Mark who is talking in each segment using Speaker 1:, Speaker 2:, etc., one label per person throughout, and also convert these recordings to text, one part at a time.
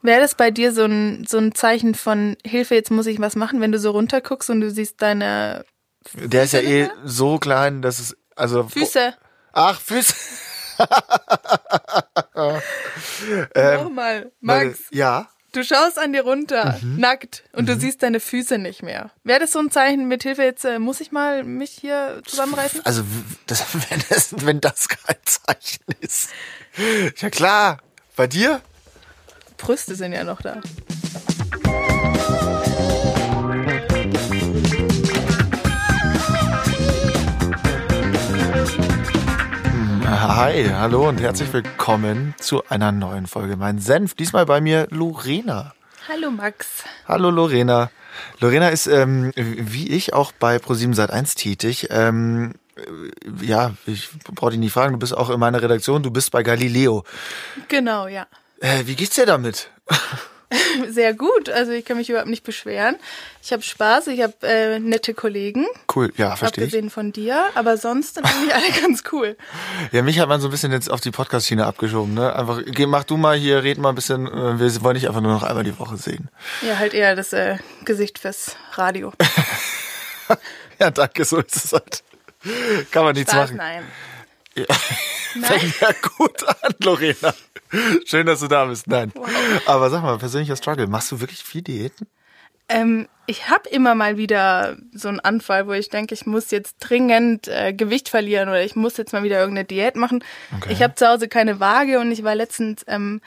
Speaker 1: Wäre das bei dir so ein, so ein Zeichen von Hilfe, jetzt muss ich was machen, wenn du so runterguckst und du siehst deine
Speaker 2: Der ist ja eh so klein, dass es. Also,
Speaker 1: Füße?
Speaker 2: Ach, Füße.
Speaker 1: ähm, Nochmal,
Speaker 2: Meine-
Speaker 1: Max,
Speaker 2: Ja.
Speaker 1: du schaust an dir runter, nackt, und du siehst deine Füße nicht mehr. Wäre das so ein Zeichen mit Hilfe, jetzt äh, muss ich mal mich hier zusammenreißen?
Speaker 2: Also, w- das, wenn, das, wenn das kein Zeichen ist. Ja, klar. Bei dir?
Speaker 1: Brüste sind ja noch da.
Speaker 2: Hi, hallo und herzlich willkommen zu einer neuen Folge. Mein Senf, diesmal bei mir Lorena.
Speaker 1: Hallo Max.
Speaker 2: Hallo Lorena. Lorena ist, ähm, wie ich, auch bei ProSieben 7 1 tätig. Ähm, äh, ja, ich brauche dich nicht fragen, du bist auch in meiner Redaktion, du bist bei Galileo.
Speaker 1: Genau, ja.
Speaker 2: Äh, wie geht's dir damit?
Speaker 1: Sehr gut, also ich kann mich überhaupt nicht beschweren. Ich habe Spaß, ich habe äh, nette Kollegen,
Speaker 2: Cool, ja, verstehe ich.
Speaker 1: abgesehen von dir, aber sonst sind eigentlich alle ganz cool.
Speaker 2: Ja, mich hat man so ein bisschen jetzt auf die Podcast-Schiene abgeschoben, ne? Einfach, geh, mach du mal hier, red mal ein bisschen, äh, wir wollen dich einfach nur noch einmal die Woche sehen.
Speaker 1: Ja, halt eher das äh, Gesicht fürs Radio.
Speaker 2: Ja, danke, so ist es halt. Kann man nichts
Speaker 1: Spaß,
Speaker 2: machen.
Speaker 1: nein.
Speaker 2: Fängt ja gut an, Lorena. Schön, dass du da bist. Nein. Aber sag mal, persönlicher Struggle, machst du wirklich viel Diäten?
Speaker 1: Ähm, ich habe immer mal wieder so einen Anfall, wo ich denke, ich muss jetzt dringend äh, Gewicht verlieren oder ich muss jetzt mal wieder irgendeine Diät machen.
Speaker 2: Okay.
Speaker 1: Ich habe zu Hause keine Waage und ich war letztens ähm,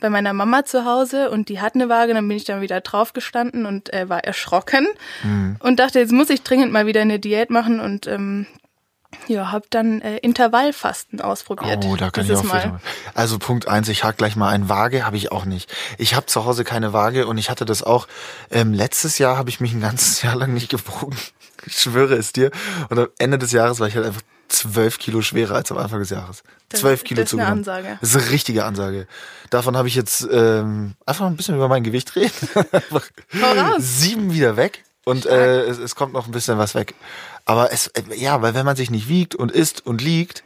Speaker 1: bei meiner Mama zu Hause und die hat eine Waage, dann bin ich dann wieder drauf gestanden und äh, war erschrocken
Speaker 2: Mhm.
Speaker 1: und dachte, jetzt muss ich dringend mal wieder eine Diät machen und ähm, ja, habe dann äh, Intervallfasten ausprobiert.
Speaker 2: Oh, da kann ich
Speaker 1: dieses
Speaker 2: auch viel
Speaker 1: mal.
Speaker 2: machen. Also Punkt eins, ich hake gleich mal ein. Waage habe ich auch nicht. Ich habe zu Hause keine Waage und ich hatte das auch. Ähm, letztes Jahr habe ich mich ein ganzes Jahr lang nicht gewogen. Ich schwöre es dir. Und am Ende des Jahres war ich halt einfach zwölf Kilo schwerer als am Anfang des Jahres.
Speaker 1: Das-
Speaker 2: Zwölf Kilo
Speaker 1: das ist eine
Speaker 2: zugenommen.
Speaker 1: Ansage.
Speaker 2: Das ist eine richtige Ansage. Davon habe ich jetzt ähm, einfach ein bisschen über mein Gewicht reden. Einfach
Speaker 1: raus.
Speaker 2: Sieben wieder weg. Und äh, es, es kommt noch ein bisschen was weg. Aber es, äh, ja, weil wenn man sich nicht wiegt und isst und liegt,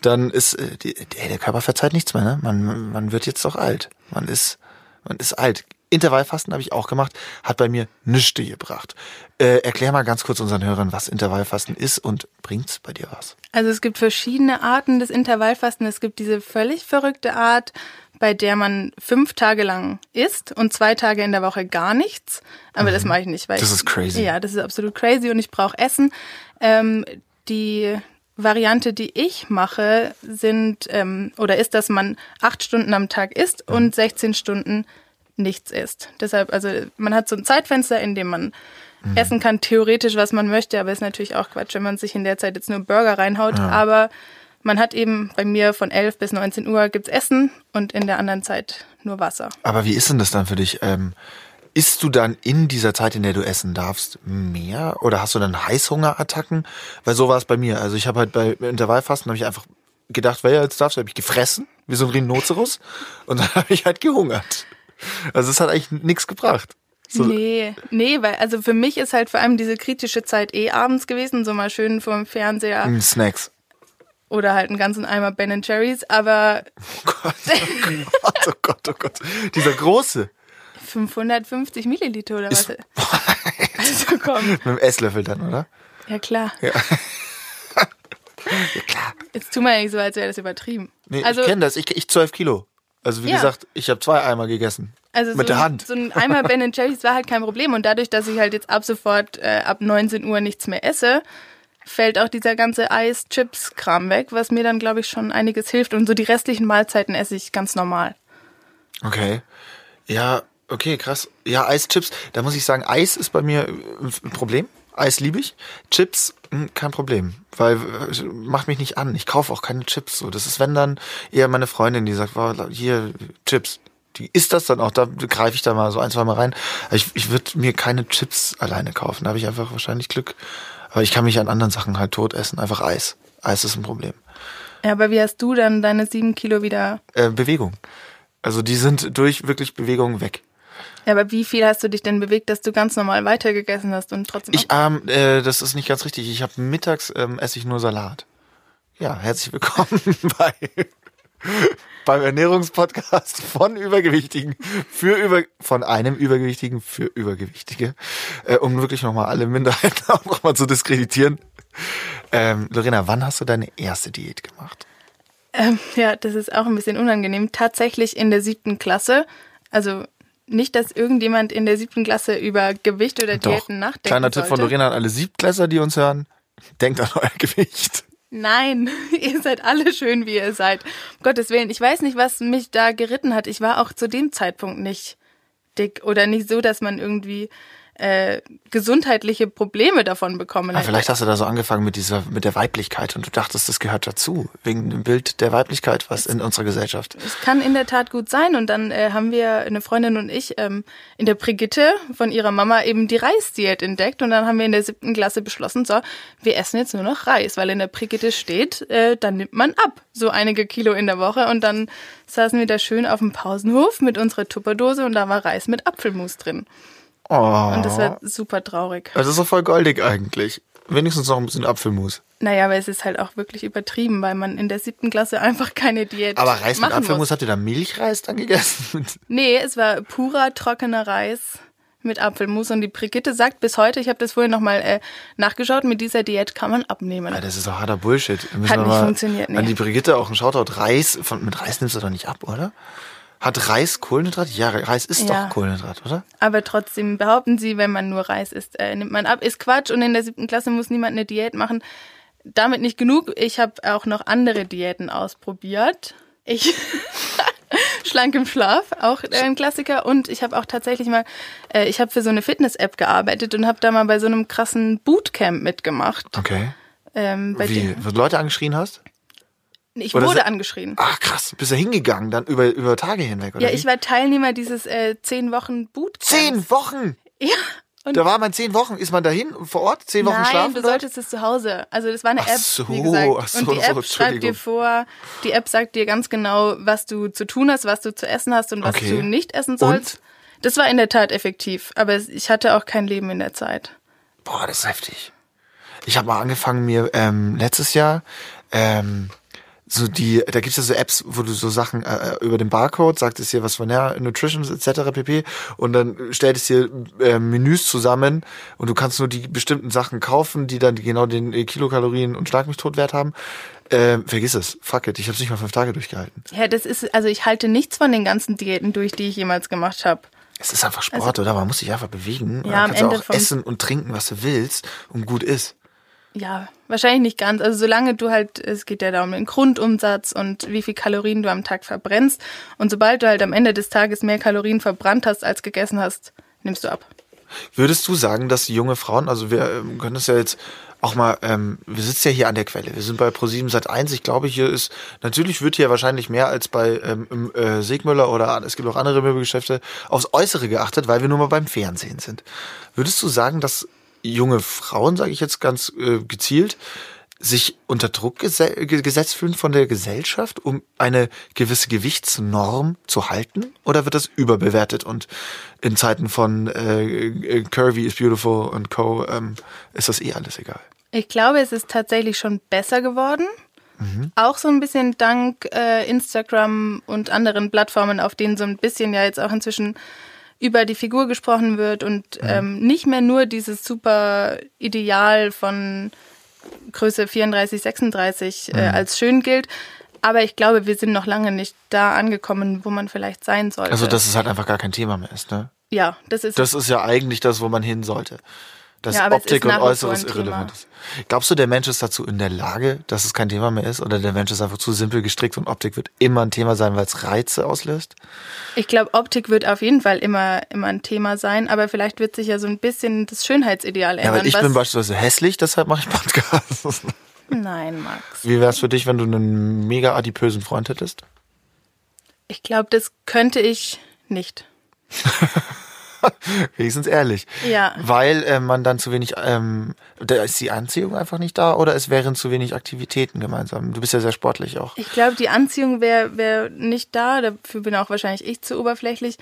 Speaker 2: dann ist äh, die, die, der Körper verzeiht nichts mehr. Ne? Man, man wird jetzt doch alt. Man ist, man ist alt. Intervallfasten habe ich auch gemacht, hat bei mir nichts gebracht. Äh, erklär mal ganz kurz unseren Hörern, was Intervallfasten ist und bringt's bei dir was?
Speaker 1: Also es gibt verschiedene Arten des Intervallfasten. Es gibt diese völlig verrückte Art, bei der man fünf Tage lang isst und zwei Tage in der Woche gar nichts. Aber das mache ich nicht, weil
Speaker 2: Mhm. Das
Speaker 1: ich-
Speaker 2: ist crazy.
Speaker 1: Ja, das ist absolut crazy und ich brauche Essen. Ähm, die Variante, die ich mache, sind ähm, oder ist, dass man acht Stunden am Tag isst
Speaker 2: Mhm.
Speaker 1: und 16 Stunden nichts isst. Deshalb, also man hat so ein Zeitfenster, in dem man
Speaker 2: Mhm.
Speaker 1: essen kann, theoretisch, was man möchte, aber ist natürlich auch Quatsch, wenn man sich in der Zeit jetzt nur Burger reinhaut. Aber man hat eben bei mir von 11 bis 19 Uhr gibt's Essen und in der anderen Zeit nur Wasser.
Speaker 2: Aber wie ist denn das dann für dich? Ähm, isst du dann in dieser Zeit, in der du essen darfst, mehr? Oder hast du dann Heißhungerattacken? Weil so war es bei mir. Also ich habe halt bei Intervallfasten habe ich einfach gedacht, weil ja, jetzt darfst du, habe ich gefressen, wie so ein Rhinoceros. Und dann habe ich halt gehungert. Also es hat eigentlich nichts gebracht. So,
Speaker 1: Nee, nee, weil also für mich ist halt vor allem diese kritische Zeit eh abends gewesen, so mal schön vor dem Fernseher
Speaker 2: mm, Snacks.
Speaker 1: oder halt einen ganzen Eimer Ben Jerry's, aber
Speaker 2: Oh Gott, oh Gott, oh Gott, oh Gott. Dieser große
Speaker 1: 550 Milliliter oder was?
Speaker 2: ist mit
Speaker 1: Also komm.
Speaker 2: dem Esslöffel dann, oder?
Speaker 1: Ja klar.
Speaker 2: Ja, klar.
Speaker 1: Jetzt tu mal nicht so, als wäre das übertrieben.
Speaker 2: Nee,
Speaker 1: also
Speaker 2: ich kenne das. Ich, ich 12 Kilo. Also wie
Speaker 1: Ja.
Speaker 2: gesagt, ich habe zwei Eimer gegessen.
Speaker 1: Also
Speaker 2: Mit
Speaker 1: so,
Speaker 2: der Hand.
Speaker 1: so ein Eimer Ben Jerry's war halt kein Problem. Und dadurch, dass ich halt jetzt ab sofort äh, ab 19 Uhr nichts mehr esse, fällt auch dieser ganze Eis-Chips-Kram weg, was mir dann, glaube ich, schon einiges hilft. Und so die restlichen Mahlzeiten esse ich ganz normal.
Speaker 2: Okay. Ja, okay, krass. Ja, Eischips, da muss ich sagen, Eis ist bei mir äh, ein Problem. Eis liebe ich. Chips, mh, kein Problem. Weil äh, macht mich nicht an. Ich kaufe auch keine Chips so. Das ist, wenn dann eher meine Freundin, die sagt, wow, hier, Chips. Die isst das dann auch, da greife ich da mal so ein, zwei Mal rein. Aber Ich, ich würde mir keine Chips alleine kaufen. Da habe ich einfach wahrscheinlich Glück. Aber ich kann mich an anderen Sachen halt tot essen. Einfach Eis. Eis ist ein Problem.
Speaker 1: Ja, aber wie hast du dann deine sieben Kilo wieder?
Speaker 2: Äh, Bewegung. Also die sind durch wirklich Bewegung weg.
Speaker 1: Ja, aber wie viel hast du dich denn bewegt, dass du ganz normal weitergegessen hast und trotzdem.
Speaker 2: Ich ähm, äh, das ist nicht ganz richtig. Ich habe mittags ähm, esse ich nur Salat. Ja, herzlich willkommen bei Beim Ernährungspodcast von Übergewichtigen für über von einem Übergewichtigen für Übergewichtige, äh, um wirklich nochmal alle Minderheiten auch nochmal zu diskreditieren. Ähm, Lorena, wann hast du deine erste Diät gemacht?
Speaker 1: Ähm, ja, das ist auch ein bisschen unangenehm. Tatsächlich in der siebten Klasse. Also nicht, dass irgendjemand in der siebten Klasse über Gewicht oder Diäten nachdenkt.
Speaker 2: Kleiner Tipp von
Speaker 1: sollte.
Speaker 2: Lorena an alle Siebtklässler, die uns hören. Denkt an euer Gewicht.
Speaker 1: Nein, ihr seid alle schön, wie ihr seid. Um Gottes Willen, ich weiß nicht, was mich da geritten hat. Ich war auch zu dem Zeitpunkt nicht dick oder nicht so, dass man irgendwie äh, gesundheitliche Probleme davon bekommen
Speaker 2: Ah,
Speaker 1: hätte.
Speaker 2: vielleicht hast du da so angefangen mit dieser, mit der Weiblichkeit und du dachtest, das gehört dazu, wegen dem Bild der Weiblichkeit, was in unserer Gesellschaft.
Speaker 1: Es kann in der Tat gut sein. Und dann äh, haben wir, eine Freundin und ich, ähm, in der Brigitte von ihrer Mama eben die Reisdiät entdeckt. Und dann haben wir in der siebten Klasse beschlossen, so, wir essen jetzt nur noch Reis, weil in der Brigitte steht, äh, dann nimmt man ab, so einige Kilo in der Woche. Und dann saßen wir da schön auf dem Pausenhof mit unserer Tupperdose und da war Reis mit Apfelmus drin.
Speaker 2: Oh.
Speaker 1: Und das war super traurig.
Speaker 2: Das ist doch voll goldig eigentlich. Wenigstens noch ein bisschen Apfelmus.
Speaker 1: Naja, aber es ist halt auch wirklich übertrieben, weil man in der siebten Klasse einfach keine Diät
Speaker 2: Aber Reis mit
Speaker 1: machen
Speaker 2: Apfelmus,
Speaker 1: muss.
Speaker 2: habt ihr da Milchreis dann gegessen?
Speaker 1: Nee, es war purer, trockener Reis mit Apfelmus. Und die Brigitte sagt bis heute, ich habe das vorhin nochmal äh, nachgeschaut, mit dieser Diät kann man abnehmen.
Speaker 2: Ja, das ist doch harter Bullshit. Müssen
Speaker 1: Hat
Speaker 2: wir
Speaker 1: nicht
Speaker 2: mal
Speaker 1: funktioniert, nee.
Speaker 2: An die Brigitte auch ein Shoutout. Reis, von, mit Reis nimmst du doch nicht ab, oder? Hat Reis Kohlenhydrat? Ja, Reis ist
Speaker 1: Ja.
Speaker 2: doch Kohlenhydrat, oder?
Speaker 1: Aber trotzdem behaupten sie, wenn man nur Reis isst, äh, nimmt man ab. Ist Quatsch und in der siebten Klasse muss niemand eine Diät machen. Damit nicht genug. Ich habe auch noch andere Diäten ausprobiert. Ich schlank im Schlaf, auch äh, ein Klassiker. Und ich habe auch tatsächlich mal, äh, ich habe für so eine Fitness-App gearbeitet und habe da mal bei so einem krassen Bootcamp mitgemacht.
Speaker 2: Okay.
Speaker 1: Ähm, bei
Speaker 2: Wie? Wenn du Leute angeschrien hast?
Speaker 1: Ich
Speaker 2: Oder
Speaker 1: wurde
Speaker 2: se-
Speaker 1: angeschrien.
Speaker 2: Ach krass, bist du hingegangen dann über, über Tage hinweg, oder?
Speaker 1: Ja,
Speaker 2: wie?
Speaker 1: ich war Teilnehmer dieses äh, zehn Wochen Bootcamps.
Speaker 2: Zehn Wochen!
Speaker 1: Ja. Und
Speaker 2: Da war man zehn Wochen. Ist man dahin vor Ort? Zehn Wochen
Speaker 1: nein,
Speaker 2: schlafen?
Speaker 1: du
Speaker 2: dort?
Speaker 1: solltest es zu Hause. Also das war eine
Speaker 2: Ach
Speaker 1: App,
Speaker 2: so,
Speaker 1: wie gesagt.
Speaker 2: ach so,
Speaker 1: und die
Speaker 2: so,
Speaker 1: App schreibt
Speaker 2: Entschuldigung.
Speaker 1: dir vor, die App sagt dir ganz genau, was du zu tun hast, was du zu essen hast und was
Speaker 2: Okay.
Speaker 1: du nicht essen sollst. Das war in der Tat effektiv, aber es- ich hatte auch kein Leben in der Zeit.
Speaker 2: Boah, das ist heftig. Ich habe mal angefangen, mir ähm, letztes Jahr ähm, so die, da gibt's ja so Apps, wo du so Sachen äh, über den Barcode, sagt es dir was von der Nutrition etc. pp. Und dann stellt es dir äh, Menüs zusammen und du kannst nur die bestimmten Sachen kaufen, die dann genau den äh, Kilokalorien und Schlag mich tot wert haben. Ähm, vergiss es, fuck it, ich habe es nicht mal fünf Tage durchgehalten.
Speaker 1: Ja, das ist also ich halte nichts von den ganzen Diäten durch, die ich jemals gemacht habe.
Speaker 2: Es ist einfach Sport, oder? Man muss sich einfach bewegen. und
Speaker 1: Also Ja,
Speaker 2: dann
Speaker 1: am
Speaker 2: kannst du
Speaker 1: Ende
Speaker 2: auch
Speaker 1: vom-
Speaker 2: essen und trinken, was du willst und gut ist.
Speaker 1: Ja, wahrscheinlich nicht ganz. Also solange du halt, es geht ja da um den Grundumsatz und wie viel Kalorien du am Tag verbrennst. Und sobald du halt am Ende des Tages mehr Kalorien verbrannt hast, als gegessen hast, nimmst du ab.
Speaker 2: Würdest du sagen, dass junge Frauen, also wir ähm, können das ja jetzt auch mal, ähm, wir sitzen ja hier an der Quelle, wir sind bei Pro7 Sat 1, ich glaube hier ist, natürlich wird hier wahrscheinlich mehr als bei ähm, im, äh, Segmüller oder es gibt auch andere Möbelgeschäfte aufs Äußere geachtet, weil wir nur mal beim Fernsehen sind. Würdest du sagen, dass junge Frauen, sage ich jetzt ganz äh, gezielt, sich unter Druck gese ge- gesetzt fühlen von der Gesellschaft, um eine gewisse Gewichtsnorm zu halten? Oder wird das überbewertet und in Zeiten von äh, äh, Curvy is Beautiful und Co. Ähm, ist das eh alles egal?
Speaker 1: Ich glaube, es ist tatsächlich schon besser geworden. Auch so ein bisschen dank äh, Instagram und anderen Plattformen, auf denen so ein bisschen ja jetzt auch inzwischen über die Figur gesprochen wird und ähm, nicht mehr nur dieses super Ideal von Größe 34, 36 äh, als schön gilt. Aber ich glaube, wir sind noch lange nicht da angekommen, wo man vielleicht sein sollte.
Speaker 2: Also, dass es halt einfach gar kein Thema mehr ist, ne?
Speaker 1: ja, das ist
Speaker 2: Das ist ja eigentlich das, wo man hin sollte. Dass
Speaker 1: Ja, aber es ist
Speaker 2: Optik und
Speaker 1: nach wie vor
Speaker 2: Äußeres
Speaker 1: ein
Speaker 2: irrelevant
Speaker 1: Thema.
Speaker 2: ist. Glaubst du, der Mensch ist dazu in der Lage, dass es kein Thema mehr ist? Oder der Mensch ist einfach zu simpel gestrickt und Optik wird immer ein Thema sein, weil es Reize auslöst?
Speaker 1: Ich glaube, Optik wird auf jeden Fall immer, immer ein Thema sein, aber vielleicht wird sich ja so ein bisschen das Schönheitsideal
Speaker 2: Ja,
Speaker 1: ändern.
Speaker 2: weil ich
Speaker 1: was-
Speaker 2: bin beispielsweise hässlich, deshalb mache ich Podcasts.
Speaker 1: Nein, Max.
Speaker 2: Wie wär's für dich, wenn du einen mega adipösen Freund hättest?
Speaker 1: Ich glaube, das könnte ich nicht.
Speaker 2: Wenigstens ehrlich.
Speaker 1: Ja.
Speaker 2: Weil äh, man dann zu wenig, ähm, da ist die Anziehung einfach nicht da oder es wären zu wenig Aktivitäten gemeinsam. Du bist ja sehr sportlich auch.
Speaker 1: Ich glaube, die Anziehung wäre wär nicht da. Dafür bin auch wahrscheinlich ich zu oberflächlich.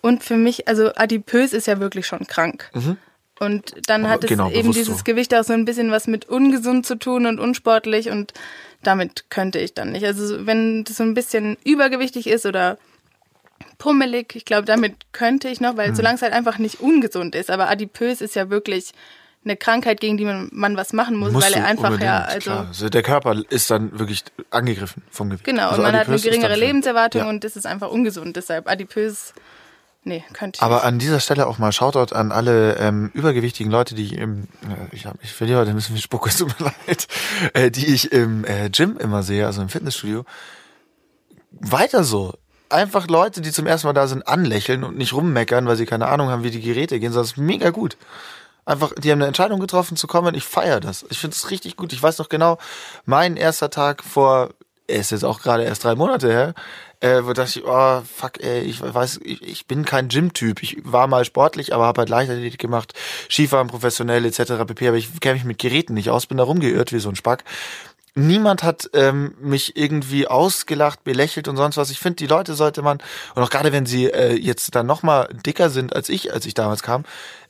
Speaker 1: Und für mich, also adipös ist ja wirklich schon krank. Und dann hat es
Speaker 2: Genau,
Speaker 1: eben
Speaker 2: bewusst
Speaker 1: dieses
Speaker 2: so.
Speaker 1: Gewicht auch so ein bisschen was mit ungesund zu tun und unsportlich. Und damit könnte ich dann nicht. Also wenn das so ein bisschen übergewichtig ist oder pummelig, ich glaube, damit könnte ich noch,
Speaker 2: Mhm.
Speaker 1: weil solange es halt einfach nicht ungesund ist. Aber adipös ist ja wirklich eine Krankheit, gegen die man, man was machen muss,
Speaker 2: Musst
Speaker 1: weil er
Speaker 2: du
Speaker 1: einfach ja,
Speaker 2: unbedingt,
Speaker 1: also
Speaker 2: klar. also der Körper ist dann wirklich angegriffen vom Gewicht.
Speaker 1: genau,
Speaker 2: also
Speaker 1: und man hat eine
Speaker 2: adipös ist
Speaker 1: geringere
Speaker 2: dann schlimm.
Speaker 1: Lebenserwartung
Speaker 2: Ja.
Speaker 1: und das ist einfach ungesund. Deshalb adipös, nee, könnte ich
Speaker 2: Aber an dieser Stelle auch mal Shoutout an alle ähm, übergewichtigen Leute, die im, äh, ich, hab, ich verliere heute ein bisschen viel Spucke, es tut mir leid, äh, die ich im äh, Gym immer sehe, also im Fitnessstudio. Weiter so. Einfach Leute, die zum ersten Mal da sind, anlächeln und nicht rummeckern, weil sie keine Ahnung haben, wie die Geräte gehen, sondern es ist mega gut. Einfach, die haben eine Entscheidung getroffen zu kommen. Ich feiere das. Ich finde es richtig gut. Ich weiß noch genau, mein erster Tag vor, er ist jetzt auch gerade erst drei Monate her, äh, wo dachte ich, oh fuck, ey, ich weiß, ich, ich bin kein Gym-Typ. Ich war mal sportlich, aber habe halt Leichtathletik gemacht, Skifahren professionell etc. pp. Aber ich kenne mich mit Geräten nicht aus, bin da rumgeirrt wie so ein Spack. Niemand hat ähm, mich irgendwie ausgelacht, belächelt und sonst was. Ich finde, die Leute sollte man, und auch gerade wenn sie äh, jetzt dann noch mal dicker sind als ich, als ich damals kam,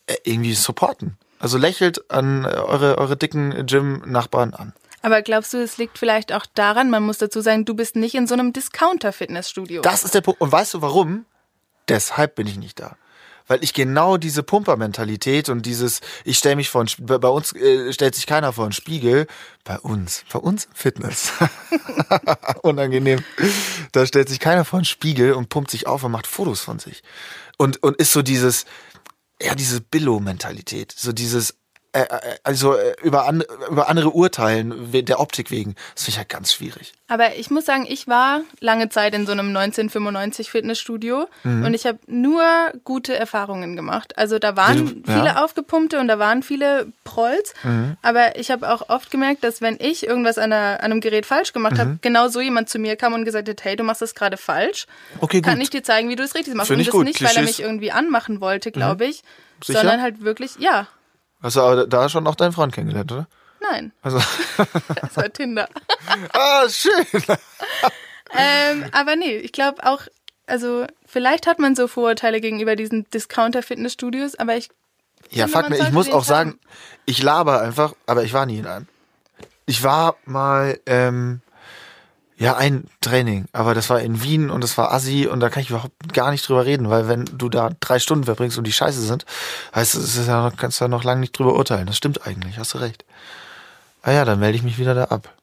Speaker 2: äh, irgendwie supporten. Also lächelt an äh, eure, eure dicken Gym-Nachbarn an.
Speaker 1: Aber glaubst du, es liegt vielleicht auch daran, man muss dazu sagen, du bist nicht in so einem Discounter-Fitnessstudio.
Speaker 2: Das ist der Punkt. Und weißt du warum? Deshalb bin ich nicht da. Weil ich genau diese Pumper-Mentalität und dieses, ich stelle mich vor, einen Sp- bei bei uns äh, stellt sich keiner vor einen Spiegel. Bei uns, bei uns im Fitness. Unangenehm. Da stellt sich keiner vor einen Spiegel und pumpt sich auf und macht Fotos von sich. Und, und ist so dieses, ja, diese Billow-Mentalität. So dieses, äh, äh, also äh, über, an, über andere urteilen, we- der Optik wegen. Das finde ich halt ganz schwierig.
Speaker 1: Aber ich muss sagen, ich war lange Zeit in so einem 1995 Fitnessstudio
Speaker 2: Mhm.
Speaker 1: und ich habe nur gute Erfahrungen gemacht. Also da waren
Speaker 2: Du- ja. Mhm.
Speaker 1: viele aufgepumpte und da waren viele Prolls, aber ich habe auch oft gemerkt, dass wenn ich irgendwas an, einer, an einem Gerät falsch gemacht
Speaker 2: Mhm.
Speaker 1: habe, genau so jemand zu mir kam und gesagt hat, hey, du machst das gerade falsch.
Speaker 2: Okay,
Speaker 1: Kann
Speaker 2: gut.
Speaker 1: ich dir zeigen, wie du es richtig machst.
Speaker 2: Find
Speaker 1: und
Speaker 2: ich
Speaker 1: das
Speaker 2: gut.
Speaker 1: nicht, weil er
Speaker 2: Klischees- Mhm.
Speaker 1: mich irgendwie anmachen wollte, glaube ich,
Speaker 2: Sicher?
Speaker 1: sondern halt wirklich, ja,
Speaker 2: Hast du aber da schon auch deinen Freund kennengelernt, oder?
Speaker 1: nein,
Speaker 2: Also,
Speaker 1: das war Tinder.
Speaker 2: ah, schön.
Speaker 1: ähm, aber nee, ich glaube auch, also vielleicht hat man so Vorurteile gegenüber diesen Discounter-Fitnessstudios, aber ich,
Speaker 2: Ja,
Speaker 1: Finde,
Speaker 2: fuck
Speaker 1: man
Speaker 2: mir, ich
Speaker 1: sollte
Speaker 2: muss
Speaker 1: den
Speaker 2: auch sagen,
Speaker 1: haben.
Speaker 2: ich laber einfach, aber ich war nie in einem. Ich war mal, ähm, ja, ein Training, aber das war in Wien und das war Assi und da kann ich überhaupt gar nicht drüber reden, weil wenn du da drei Stunden verbringst und die scheiße sind, heißt es, es ist ja noch, kannst du ja noch lange nicht drüber urteilen. Das stimmt eigentlich, hast du recht. Ah ja, dann melde ich mich wieder da ab.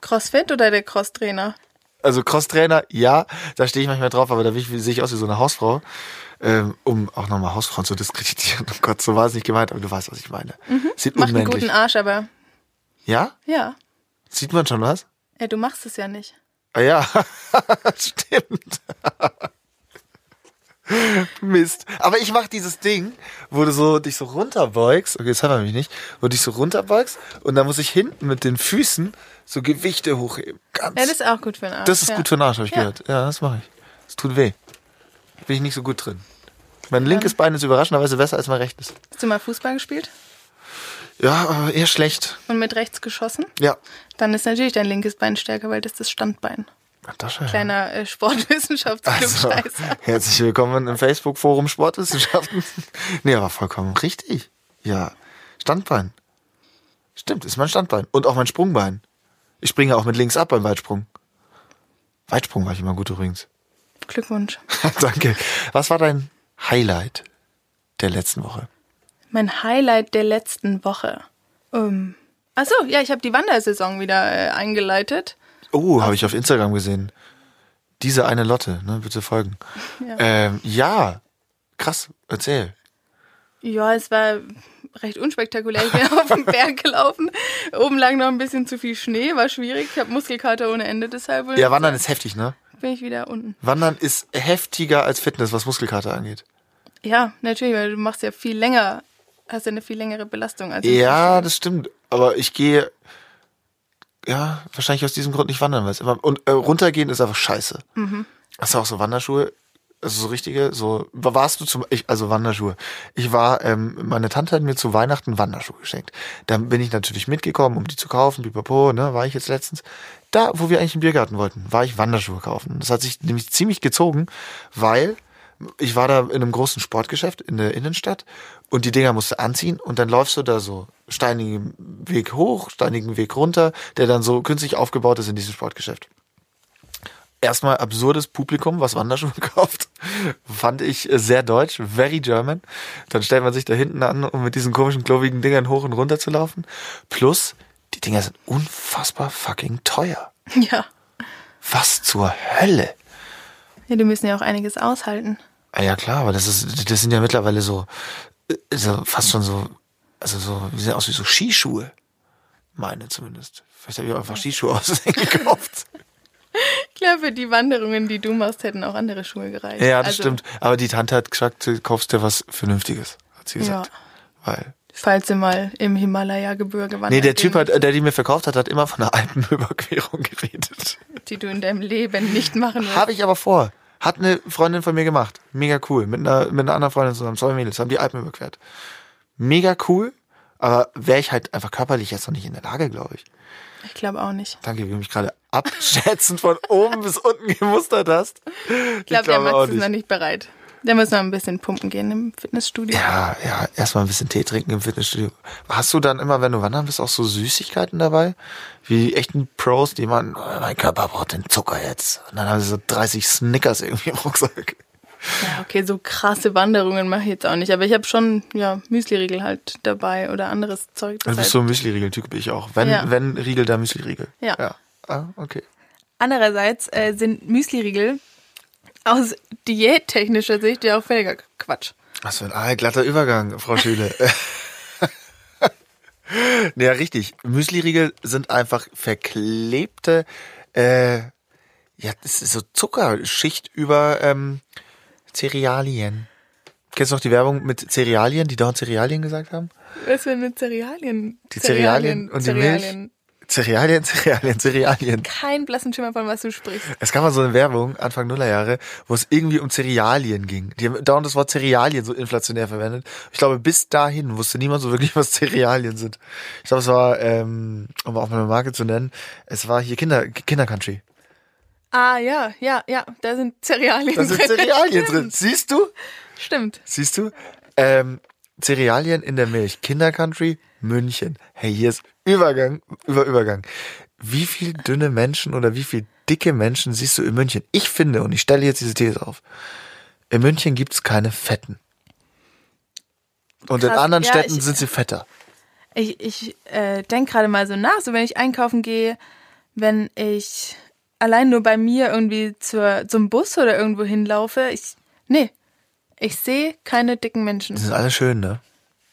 Speaker 1: Crossfit oder der Crosstrainer?
Speaker 2: Also Crosstrainer, ja, da stehe ich manchmal drauf, aber da bin ich, sehe ich aus wie so eine Hausfrau, ähm, um auch nochmal Hausfrauen zu diskreditieren. Oh Gott, so war es nicht gemeint, aber du weißt, was ich meine. Sieht
Speaker 1: Mhm. Macht einen
Speaker 2: unmännlich.
Speaker 1: guten Arsch, aber
Speaker 2: ja?
Speaker 1: ja.
Speaker 2: Sieht man schon was?
Speaker 1: Ja, du machst es ja nicht.
Speaker 2: Ah ja, stimmt. Mist. Aber ich mache dieses Ding, wo du so dich so runterbeugst. Okay, das haben wir mich nicht. Wo du dich so runterbeugst und dann muss ich hinten mit den Füßen so Gewichte hochheben. Ganz
Speaker 1: Ja, das ist auch gut für einen Arsch.
Speaker 2: Das ist
Speaker 1: ja.
Speaker 2: gut für den Arsch, habe ich
Speaker 1: Ja.
Speaker 2: gehört. Ja, das mache ich. Es tut weh. Bin ich nicht so gut drin. Mein linkes Bein ist überraschenderweise besser als mein rechtes.
Speaker 1: Hast du mal Fußball gespielt
Speaker 2: Ja, aber eher schlecht.
Speaker 1: und mit rechts geschossen?
Speaker 2: Ja.
Speaker 1: Dann ist natürlich dein linkes Bein stärker, weil das ist das Standbein.
Speaker 2: Ach, das schon.
Speaker 1: Kleiner äh, Sportwissenschaftsclub,
Speaker 2: Also,
Speaker 1: scheiße.
Speaker 2: herzlich willkommen im Facebook-Forum Sportwissenschaften. nee, aber vollkommen richtig. Ja. Standbein. Stimmt, ist mein Standbein. Und auch mein Sprungbein. Ich springe auch mit links ab beim Weitsprung. Weitsprung war ich immer gut übrigens.
Speaker 1: Glückwunsch.
Speaker 2: Danke. Was war dein Highlight der letzten Woche?
Speaker 1: Mein Highlight der letzten Woche. Ähm. Achso, ja, ich habe die Wandersaison wieder äh, eingeleitet.
Speaker 2: Oh, habe ich auf Instagram gesehen. Diese eine Lotte, ne? Bitte folgen. Ja.
Speaker 1: Ja.
Speaker 2: Ähm, ja, krass, erzähl.
Speaker 1: Ja, es war recht unspektakulär. Ich bin auf den Berg gelaufen. Oben lag noch ein bisschen zu viel Schnee, war schwierig. Ich habe Muskelkater ohne Ende deshalb. Und
Speaker 2: Ja, Wandern ist heftig, ne?
Speaker 1: bin ich wieder unten.
Speaker 2: Wandern ist heftiger als Fitness, was Muskelkater angeht.
Speaker 1: Ja, natürlich, weil du machst ja viel länger, hast ja eine viel längere Belastung. Als
Speaker 2: Ja, das stimmt. Aber ich gehe, ja, wahrscheinlich aus diesem Grund nicht wandern, weil es immer, und äh, runtergehen ist einfach scheiße. Hast du auch so Wanderschuhe? Also so richtige, so, warst du zum, ich, also Wanderschuhe. Ich war, ähm, meine Tante hat mir zu Weihnachten Wanderschuhe geschenkt. Dann bin ich natürlich mitgekommen, um die zu kaufen, pipapo, ne, war ich jetzt letztens. Da, wo wir eigentlich im Biergarten wollten, war ich Wanderschuhe kaufen. Das hat sich nämlich ziemlich gezogen, weil ich war da in einem großen Sportgeschäft in der Innenstadt und die Dinger musste anziehen und dann läufst du da so steinigen Weg hoch, steinigen Weg runter, der dann so künstlich aufgebaut ist in diesem Sportgeschäft. Erstmal absurdes Publikum, was Wanderschuhe kauft, fand ich äh, sehr deutsch, very German. Dann stellt man sich da hinten an, um mit diesen komischen, klobigen Dingern hoch und runter zu laufen. Plus, die Dinger sind unfassbar fucking teuer.
Speaker 1: Ja.
Speaker 2: Was zur Hölle?
Speaker 1: ja, die müssen ja auch einiges aushalten.
Speaker 2: Ah Ja klar, aber das ist, das sind ja mittlerweile so, äh, so fast schon so, also so, die sehen aus wie so Skischuhe. Meine zumindest. Vielleicht habe ich auch einfach Skischuhe aus gekauft.
Speaker 1: Klar, für die Wanderungen, die du machst, hätten auch andere Schuhe gereicht.
Speaker 2: Ja, das
Speaker 1: Also,
Speaker 2: stimmt. Aber die Tante hat gesagt, du kaufst dir was Vernünftiges, hat sie gesagt. Weil.
Speaker 1: Falls ihr mal im Himalaya-Gebirge wandert,
Speaker 2: Nee, der Typ
Speaker 1: den-
Speaker 2: hat, äh, der die mir verkauft hat, hat immer von einer Alpenüberquerung geredet.
Speaker 1: die du in deinem Leben nicht machen willst.
Speaker 2: Habe ich aber vor. Hat eine Freundin von mir gemacht. Mega cool. Mit einer, mit einer anderen Freundin zusammen. Zwei Mädels haben die Alpen überquert. Mega cool. Aber wäre ich halt einfach körperlich jetzt noch nicht in der Lage, glaube ich.
Speaker 1: Ich glaube auch nicht.
Speaker 2: Danke, wie du mich gerade abschätzend von oben bis unten gemustert hast.
Speaker 1: Ich glaube, der Max ist noch nicht bereit. Der muss noch ein bisschen pumpen gehen im Fitnessstudio.
Speaker 2: Ja, ja, erstmal ein bisschen Tee trinken im Fitnessstudio. Hast du dann immer, wenn du wandern bist, auch so Süßigkeiten dabei? Wie die echten Pros, die meinen, oh, mein Körper braucht den Zucker jetzt. Und dann haben sie so 30 Snickers irgendwie im Rucksack.
Speaker 1: Ja, okay, so krasse Wanderungen mache ich jetzt auch nicht. Aber ich habe schon, ja, Müsli-Riegel halt dabei oder anderes Zeug.
Speaker 2: Du
Speaker 1: Das halt
Speaker 2: bist Also so ein Müsli-Riegel-Typ, bin ich auch. Wenn,
Speaker 1: Ja.
Speaker 2: wenn Riegel, dann Müsli-Riegel.
Speaker 1: Ja.
Speaker 2: Ah, okay.
Speaker 1: Andererseits äh, sind Müsli-Riegel aus diättechnischer Sicht ja auch völliger Quatsch.
Speaker 2: Was für ein ah, glatter Übergang, Frau Schüle. ja, richtig. Müsli-Riegel sind einfach verklebte, äh, ja, das ist so Zuckerschicht über ähm, Cerealien. Kennst du noch die Werbung mit Cerealien, die dauernd Cerealien gesagt haben?
Speaker 1: Was denn mit Cerealien?
Speaker 2: Die Cerealien und die Milch. Cerealien, Cerealien, Cerealien.
Speaker 1: Kein blassen Schimmer, von was du sprichst.
Speaker 2: Es gab mal so eine Werbung Anfang Nullerjahre, wo es irgendwie um Cerealien ging. Die haben dauernd das Wort Cerealien so inflationär verwendet. Ich glaube, bis dahin wusste niemand so wirklich, was Cerealien sind. Ich glaube, es war, ähm, um auch mal eine Marke zu nennen, es war hier Kinder, Kinder Country.
Speaker 1: Ah, ja, ja, ja, da sind Cerealien
Speaker 2: Da sind
Speaker 1: drin.
Speaker 2: Cerealien drin. Siehst du?
Speaker 1: Stimmt.
Speaker 2: Siehst du? Ähm, Cerealien in der Milch. Kinder Country, München. Hey, hier ist Übergang über Übergang. Wie viel dünne Menschen oder wie viel dicke Menschen siehst du in München? Ich finde, und ich stelle jetzt diese These auf, in München gibt's keine Fetten. Und in
Speaker 1: Krass.
Speaker 2: anderen
Speaker 1: Ja,
Speaker 2: Städten
Speaker 1: ich-
Speaker 2: sind sie fetter.
Speaker 1: Ich, ich äh, denke gerade mal so nach, so wenn ich einkaufen gehe, wenn ich allein nur bei mir irgendwie zur, zum Bus oder irgendwo hinlaufe, ich, nee, ich sehe keine dicken
Speaker 2: Die
Speaker 1: Menschen.
Speaker 2: sind alle schön, ne?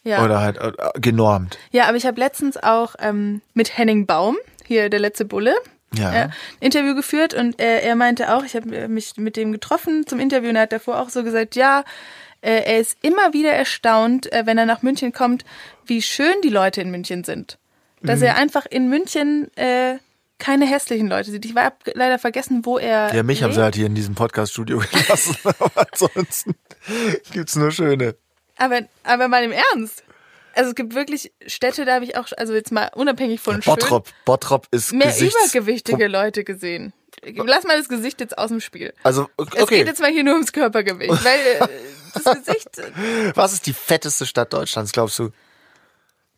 Speaker 1: Ja.
Speaker 2: Oder halt äh, genormt.
Speaker 1: Ja, aber ich habe letztens auch ähm, mit Henning Baum, hier der letzte Bulle,
Speaker 2: Ja.
Speaker 1: äh, Interview geführt und äh, er meinte auch, ich habe äh, mich mit dem getroffen zum Interview und er hat davor auch so gesagt, ja, äh, er ist immer wieder erstaunt, äh, wenn er nach München kommt, wie schön die Leute in München sind. Dass
Speaker 2: Mhm.
Speaker 1: er einfach in München äh, keine hässlichen Leute sieht. Ich war hab leider vergessen, wo er.
Speaker 2: Ja, mich haben
Speaker 1: lebt.
Speaker 2: sie halt hier in diesem Podcast-Studio gelassen. Aber ansonsten gibt's nur schöne.
Speaker 1: aber, aber mal im Ernst. Also es gibt wirklich Städte, da habe ich auch, also jetzt mal unabhängig von schön,
Speaker 2: Bottrop. Bottrop ist
Speaker 1: mehr
Speaker 2: Gesichts
Speaker 1: übergewichtige Leute gesehen. Lass mal das Gesicht jetzt aus dem Spiel.
Speaker 2: Also,
Speaker 1: Es
Speaker 2: okay.
Speaker 1: geht jetzt mal hier nur ums Körpergewicht, weil äh, das Gesicht. äh,
Speaker 2: Was ist die fetteste Stadt Deutschlands, glaubst du?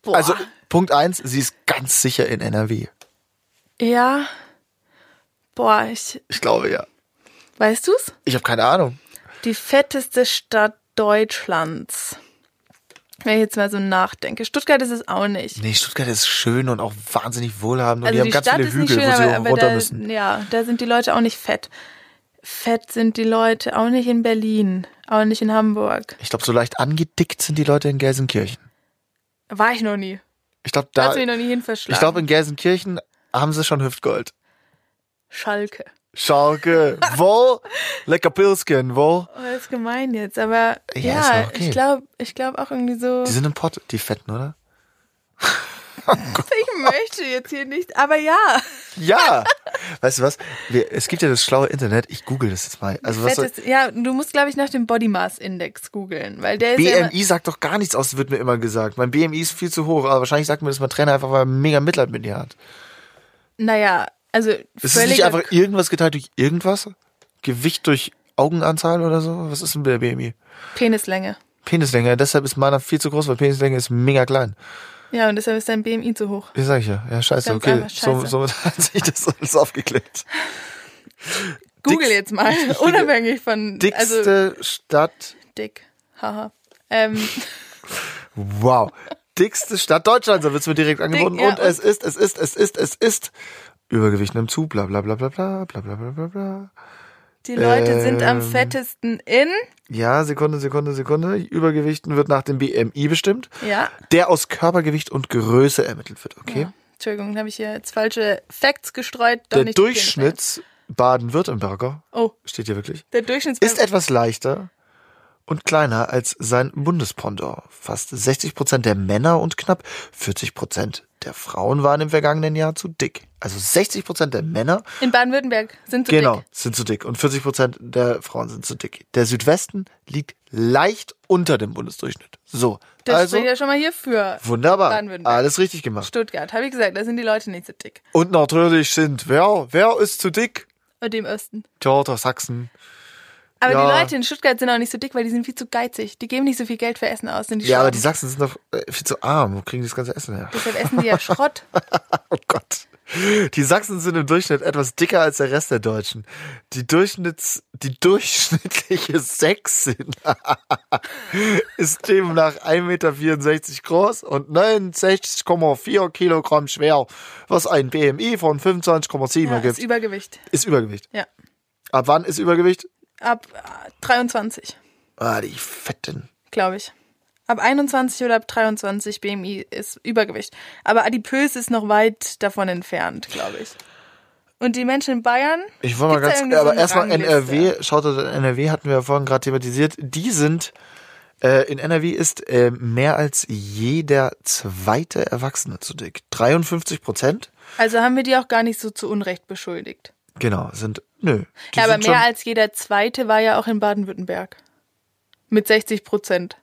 Speaker 1: Boah.
Speaker 2: Also, Punkt eins, sie ist ganz sicher in NRW.
Speaker 1: ja. Boah, ich.
Speaker 2: Ich glaube ja.
Speaker 1: Weißt du's?
Speaker 2: Ich habe keine Ahnung.
Speaker 1: Die fetteste Stadt Deutschlands. Wenn ich jetzt mal so nachdenke. Stuttgart ist es auch nicht.
Speaker 2: Nee, Stuttgart ist schön und auch wahnsinnig wohlhabend und
Speaker 1: Also
Speaker 2: die haben
Speaker 1: die
Speaker 2: ganz
Speaker 1: Stadt
Speaker 2: viele
Speaker 1: ist nicht
Speaker 2: Hügel,
Speaker 1: schön,
Speaker 2: wo sie
Speaker 1: aber, aber
Speaker 2: runter
Speaker 1: da,
Speaker 2: müssen.
Speaker 1: ja, da sind die Leute auch nicht fett. Fett sind die Leute auch nicht in Berlin, auch nicht in Hamburg.
Speaker 2: Ich glaube, so leicht angedickt sind die Leute in Gelsenkirchen.
Speaker 1: War ich noch nie.
Speaker 2: Ich glaube,
Speaker 1: Da
Speaker 2: da.
Speaker 1: hast du mich noch nie
Speaker 2: Ich
Speaker 1: hinverschlagen.
Speaker 2: glaube, in Gelsenkirchen haben sie schon Hüftgold.
Speaker 1: Schalke.
Speaker 2: Schalke, wo? Lecker Pilsken, wo?
Speaker 1: Oh, das ist gemein jetzt, aber
Speaker 2: Ja,
Speaker 1: ja,
Speaker 2: ist doch okay.
Speaker 1: ich glaube ich glaub auch irgendwie so,
Speaker 2: Die sind im Pott, die Fetten, oder?
Speaker 1: ich möchte jetzt hier nicht, aber ja.
Speaker 2: Ja! weißt du was? Wir, es gibt ja das schlaue Internet. Ich google das jetzt mal. Also, was soll,
Speaker 1: Fettes, ja, du musst, glaube ich, nach dem Body Mass Index googeln, weil der ist ja immer,
Speaker 2: BMI sagt doch gar nichts aus, wird mir immer gesagt. Mein BMI ist viel zu hoch, aber wahrscheinlich sagt mir das mein Trainer einfach, weil er mega Mitleid mit dir hat.
Speaker 1: naja, also
Speaker 2: Ist es nicht
Speaker 1: völliger,
Speaker 2: einfach irgendwas geteilt durch irgendwas? Gewicht durch Augenanzahl oder so? Was ist denn der BMI?
Speaker 1: Penislänge.
Speaker 2: Penislänge, deshalb ist meiner viel zu groß, weil Penislänge ist mega klein.
Speaker 1: Ja, und deshalb ist dein BMI zu hoch.
Speaker 2: Wie sag ich ja? Ja, scheiße,
Speaker 1: Ganz
Speaker 2: okay.
Speaker 1: einfach, scheiße.
Speaker 2: So, somit hat sich das alles aufgeklärt.
Speaker 1: Google jetzt mal, unabhängig von. Also,
Speaker 2: Dickste Stadt.
Speaker 1: dick. Haha. Ähm,
Speaker 2: Wow. Dickste Stadt Deutschlands, da wird's mir direkt angeboten.
Speaker 1: ja,
Speaker 2: und es ist, es ist, es ist, es ist. Übergewicht nimmt zu, bla bla bla bla bla bla bla bla bla bla.
Speaker 1: die Leute sind am
Speaker 2: Ähm.
Speaker 1: fettesten in.
Speaker 2: Ja, Sekunde, Sekunde, Sekunde. Übergewichten wird nach dem BMI bestimmt,
Speaker 1: Ja.
Speaker 2: der aus Körpergewicht und Größe ermittelt wird, okay?
Speaker 1: ja. Entschuldigung, habe ich hier jetzt falsche Facts gestreut. Doch
Speaker 2: Der
Speaker 1: nicht die
Speaker 2: Durchschnitts Baden-Württemberger,
Speaker 1: Penismenge. Oh,
Speaker 2: steht hier wirklich,
Speaker 1: der Durchschnitts.
Speaker 2: ist etwas leichter und kleiner als sein Bundespendant. Fast 60 Prozent der Männer und knapp 40 Prozent der Frauen waren im vergangenen Jahr zu dick. Also 60 Prozent der Männer
Speaker 1: in Baden-Württemberg sind zu
Speaker 2: genau,
Speaker 1: dick.
Speaker 2: sind zu dick. Und 40 Prozent der Frauen sind zu dick. Der Südwesten liegt leicht unter dem Bundesdurchschnitt. So,
Speaker 1: Das
Speaker 2: also
Speaker 1: steht ja schon mal hier für
Speaker 2: wunderbar.
Speaker 1: Baden-Württemberg.
Speaker 2: Alles richtig gemacht.
Speaker 1: Stuttgart. Habe ich gesagt, da sind die Leute nicht so dick.
Speaker 2: Und natürlich sind, wer, wer ist zu dick?
Speaker 1: Und im Osten.
Speaker 2: Theater Sachsen.
Speaker 1: Aber
Speaker 2: Ja.
Speaker 1: die Leute in Stuttgart sind auch nicht so dick, weil die sind viel zu geizig. Die geben nicht so viel Geld für Essen aus. Sind die
Speaker 2: Ja, aber
Speaker 1: Schwaben.
Speaker 2: die Sachsen sind doch äh, viel zu arm. Wo kriegen die das ganze Essen her?
Speaker 1: Deshalb essen die ja Schrott.
Speaker 2: Oh Gott. Die Sachsen sind im Durchschnitt etwas dicker als der Rest der Deutschen. Die, Durchschnitts, die durchschnittliche Sächsin ist demnach 1,64 Meter groß und 69,4 Kilogramm schwer, was ein BMI von 25,7
Speaker 1: Ja, ist
Speaker 2: ergibt.
Speaker 1: Übergewicht.
Speaker 2: Ist Übergewicht.
Speaker 1: Ja.
Speaker 2: Ab wann ist Übergewicht?
Speaker 1: Ab äh, 23,
Speaker 2: Ah, die Fetten.
Speaker 1: glaube ich. Ab 21 oder ab 23 BMI ist Übergewicht. Aber adipös ist noch weit davon entfernt, glaube ich. Und die Menschen in Bayern,
Speaker 2: Ich wollte mal
Speaker 1: Gibt's da
Speaker 2: ganz,
Speaker 1: irgendwie so
Speaker 2: aber
Speaker 1: eine
Speaker 2: erstmal
Speaker 1: Rangliste?
Speaker 2: NRW, Shoutout an NRW hatten wir ja vorhin gerade thematisiert. Die sind, äh, in NRW ist äh, mehr als jeder zweite Erwachsene zu dick. 53 Prozent?
Speaker 1: also haben wir die auch gar nicht so zu Unrecht beschuldigt.
Speaker 2: Genau, sind, nö. Die
Speaker 1: Ja, aber
Speaker 2: sind
Speaker 1: mehr
Speaker 2: schon-
Speaker 1: als jeder zweite war ja auch in Baden-Württemberg. Mit 60 Prozent.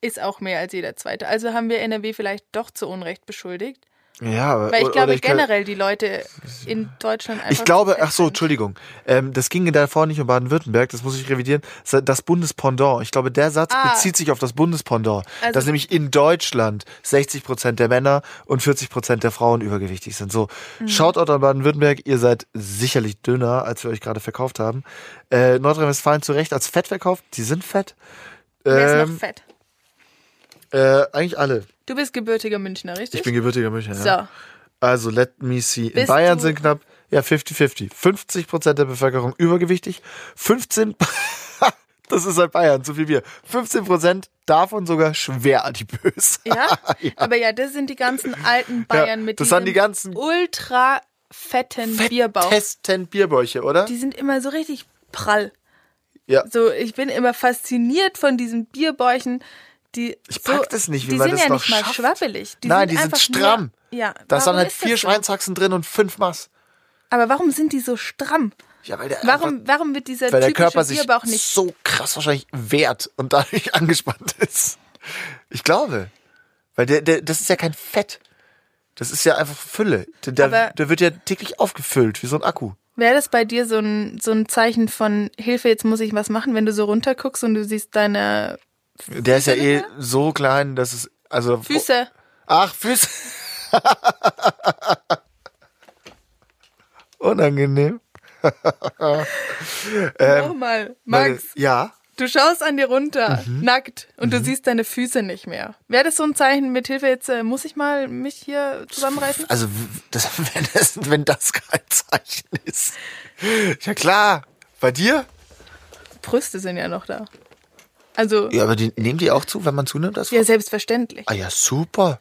Speaker 1: Ist auch mehr als jeder zweite. Also haben wir NRW vielleicht doch zu Unrecht beschuldigt.
Speaker 2: Ja, aber,
Speaker 1: Weil ich
Speaker 2: oder-
Speaker 1: glaube
Speaker 2: oder kann-
Speaker 1: generell die Leute in Deutschland einfach.
Speaker 2: Ich glaube,
Speaker 1: zu fett
Speaker 2: ach so,
Speaker 1: sind.
Speaker 2: Entschuldigung. Ähm, das ging davor nicht um Baden-Württemberg, das muss ich revidieren. Das Bundespendant. Ich glaube, der Satz
Speaker 1: Ah.
Speaker 2: bezieht sich auf das Bundespendant.
Speaker 1: Also-
Speaker 2: dass nämlich in Deutschland 60 Prozent der Männer und 40 Prozent der Frauen übergewichtig sind. So,
Speaker 1: Mhm.
Speaker 2: Shoutout an Baden-Württemberg, ihr seid sicherlich dünner, als wir euch gerade verkauft haben. Äh, Nordrhein-Westfalen zu Recht als fett verkauft, die sind fett.
Speaker 1: Wer ist
Speaker 2: Ähm,
Speaker 1: noch fett?
Speaker 2: Äh, eigentlich alle.
Speaker 1: Du bist gebürtiger Münchner, richtig?
Speaker 2: Ich bin gebürtiger Münchner.
Speaker 1: so.
Speaker 2: Ja. Also, let me see. In
Speaker 1: Bist
Speaker 2: Bayern
Speaker 1: du-
Speaker 2: sind knapp, ja, 50-50. 50 Prozent der Bevölkerung übergewichtig. 15, das ist halt Bayern, so viel Bier. 15 Prozent davon sogar schwer adipös.
Speaker 1: Ja? Aber ja, das sind die ganzen alten Bayern mit
Speaker 2: das sind die
Speaker 1: diesem
Speaker 2: ganzen-
Speaker 1: ultra fetten Bierbauch.
Speaker 2: Testen Bierbäuche, oder?
Speaker 1: Die sind immer so richtig prall.
Speaker 2: ja.
Speaker 1: So, ich bin immer fasziniert von diesen Bierbäuchen, die
Speaker 2: Ich
Speaker 1: so,
Speaker 2: pack das nicht, wie
Speaker 1: die
Speaker 2: man
Speaker 1: sind
Speaker 2: das
Speaker 1: ja
Speaker 2: noch
Speaker 1: nicht mal
Speaker 2: schafft.
Speaker 1: schwabbelig. Die
Speaker 2: Nein,
Speaker 1: sind
Speaker 2: die sind
Speaker 1: einfach
Speaker 2: stramm.
Speaker 1: Nur, ja.
Speaker 2: Da sind
Speaker 1: warum
Speaker 2: halt
Speaker 1: ist
Speaker 2: vier
Speaker 1: das so?
Speaker 2: Schweinshaxen drin und fünf Maß.
Speaker 1: Aber warum sind die so stramm?
Speaker 2: Ja, weil der, einfach-
Speaker 1: Warum, warum wird dieser
Speaker 2: weil der
Speaker 1: typische
Speaker 2: Körper sich
Speaker 1: Bierbauch nicht?
Speaker 2: so krass wahrscheinlich wehrt und dadurch angespannt ist. Ich glaube. Weil der, der, das ist ja kein Fett. Das ist ja einfach Fülle. Der, der,
Speaker 1: Aber-
Speaker 2: der wird ja täglich aufgefüllt, wie so ein Akku.
Speaker 1: Wäre das bei dir so ein, so ein Zeichen von Hilfe, jetzt muss ich was machen, wenn du so runterguckst und du siehst deine
Speaker 2: Oh, Der ist ja eh so klein, dass es. Also,
Speaker 1: Füße?
Speaker 2: Ach, Füße. Unangenehm. ähm,
Speaker 1: Nochmal,
Speaker 2: Weil-
Speaker 1: Oh Max,
Speaker 2: Ja.
Speaker 1: du schaust an dir runter,
Speaker 2: Mhm.
Speaker 1: nackt, und du siehst deine Füße nicht mehr. Wäre das so ein Zeichen mit Hilfe, jetzt äh, muss ich mal mich hier zusammenreißen?
Speaker 2: Also, w- das, wenn, das, wenn das kein Zeichen ist. Ja, klar. Bei dir?
Speaker 1: Brüste sind ja noch da. Also, ja,
Speaker 2: Ja, aber die, nehmen die auch zu, wenn man zunimmt? Als
Speaker 1: selbstverständlich.
Speaker 2: Ah ja, super.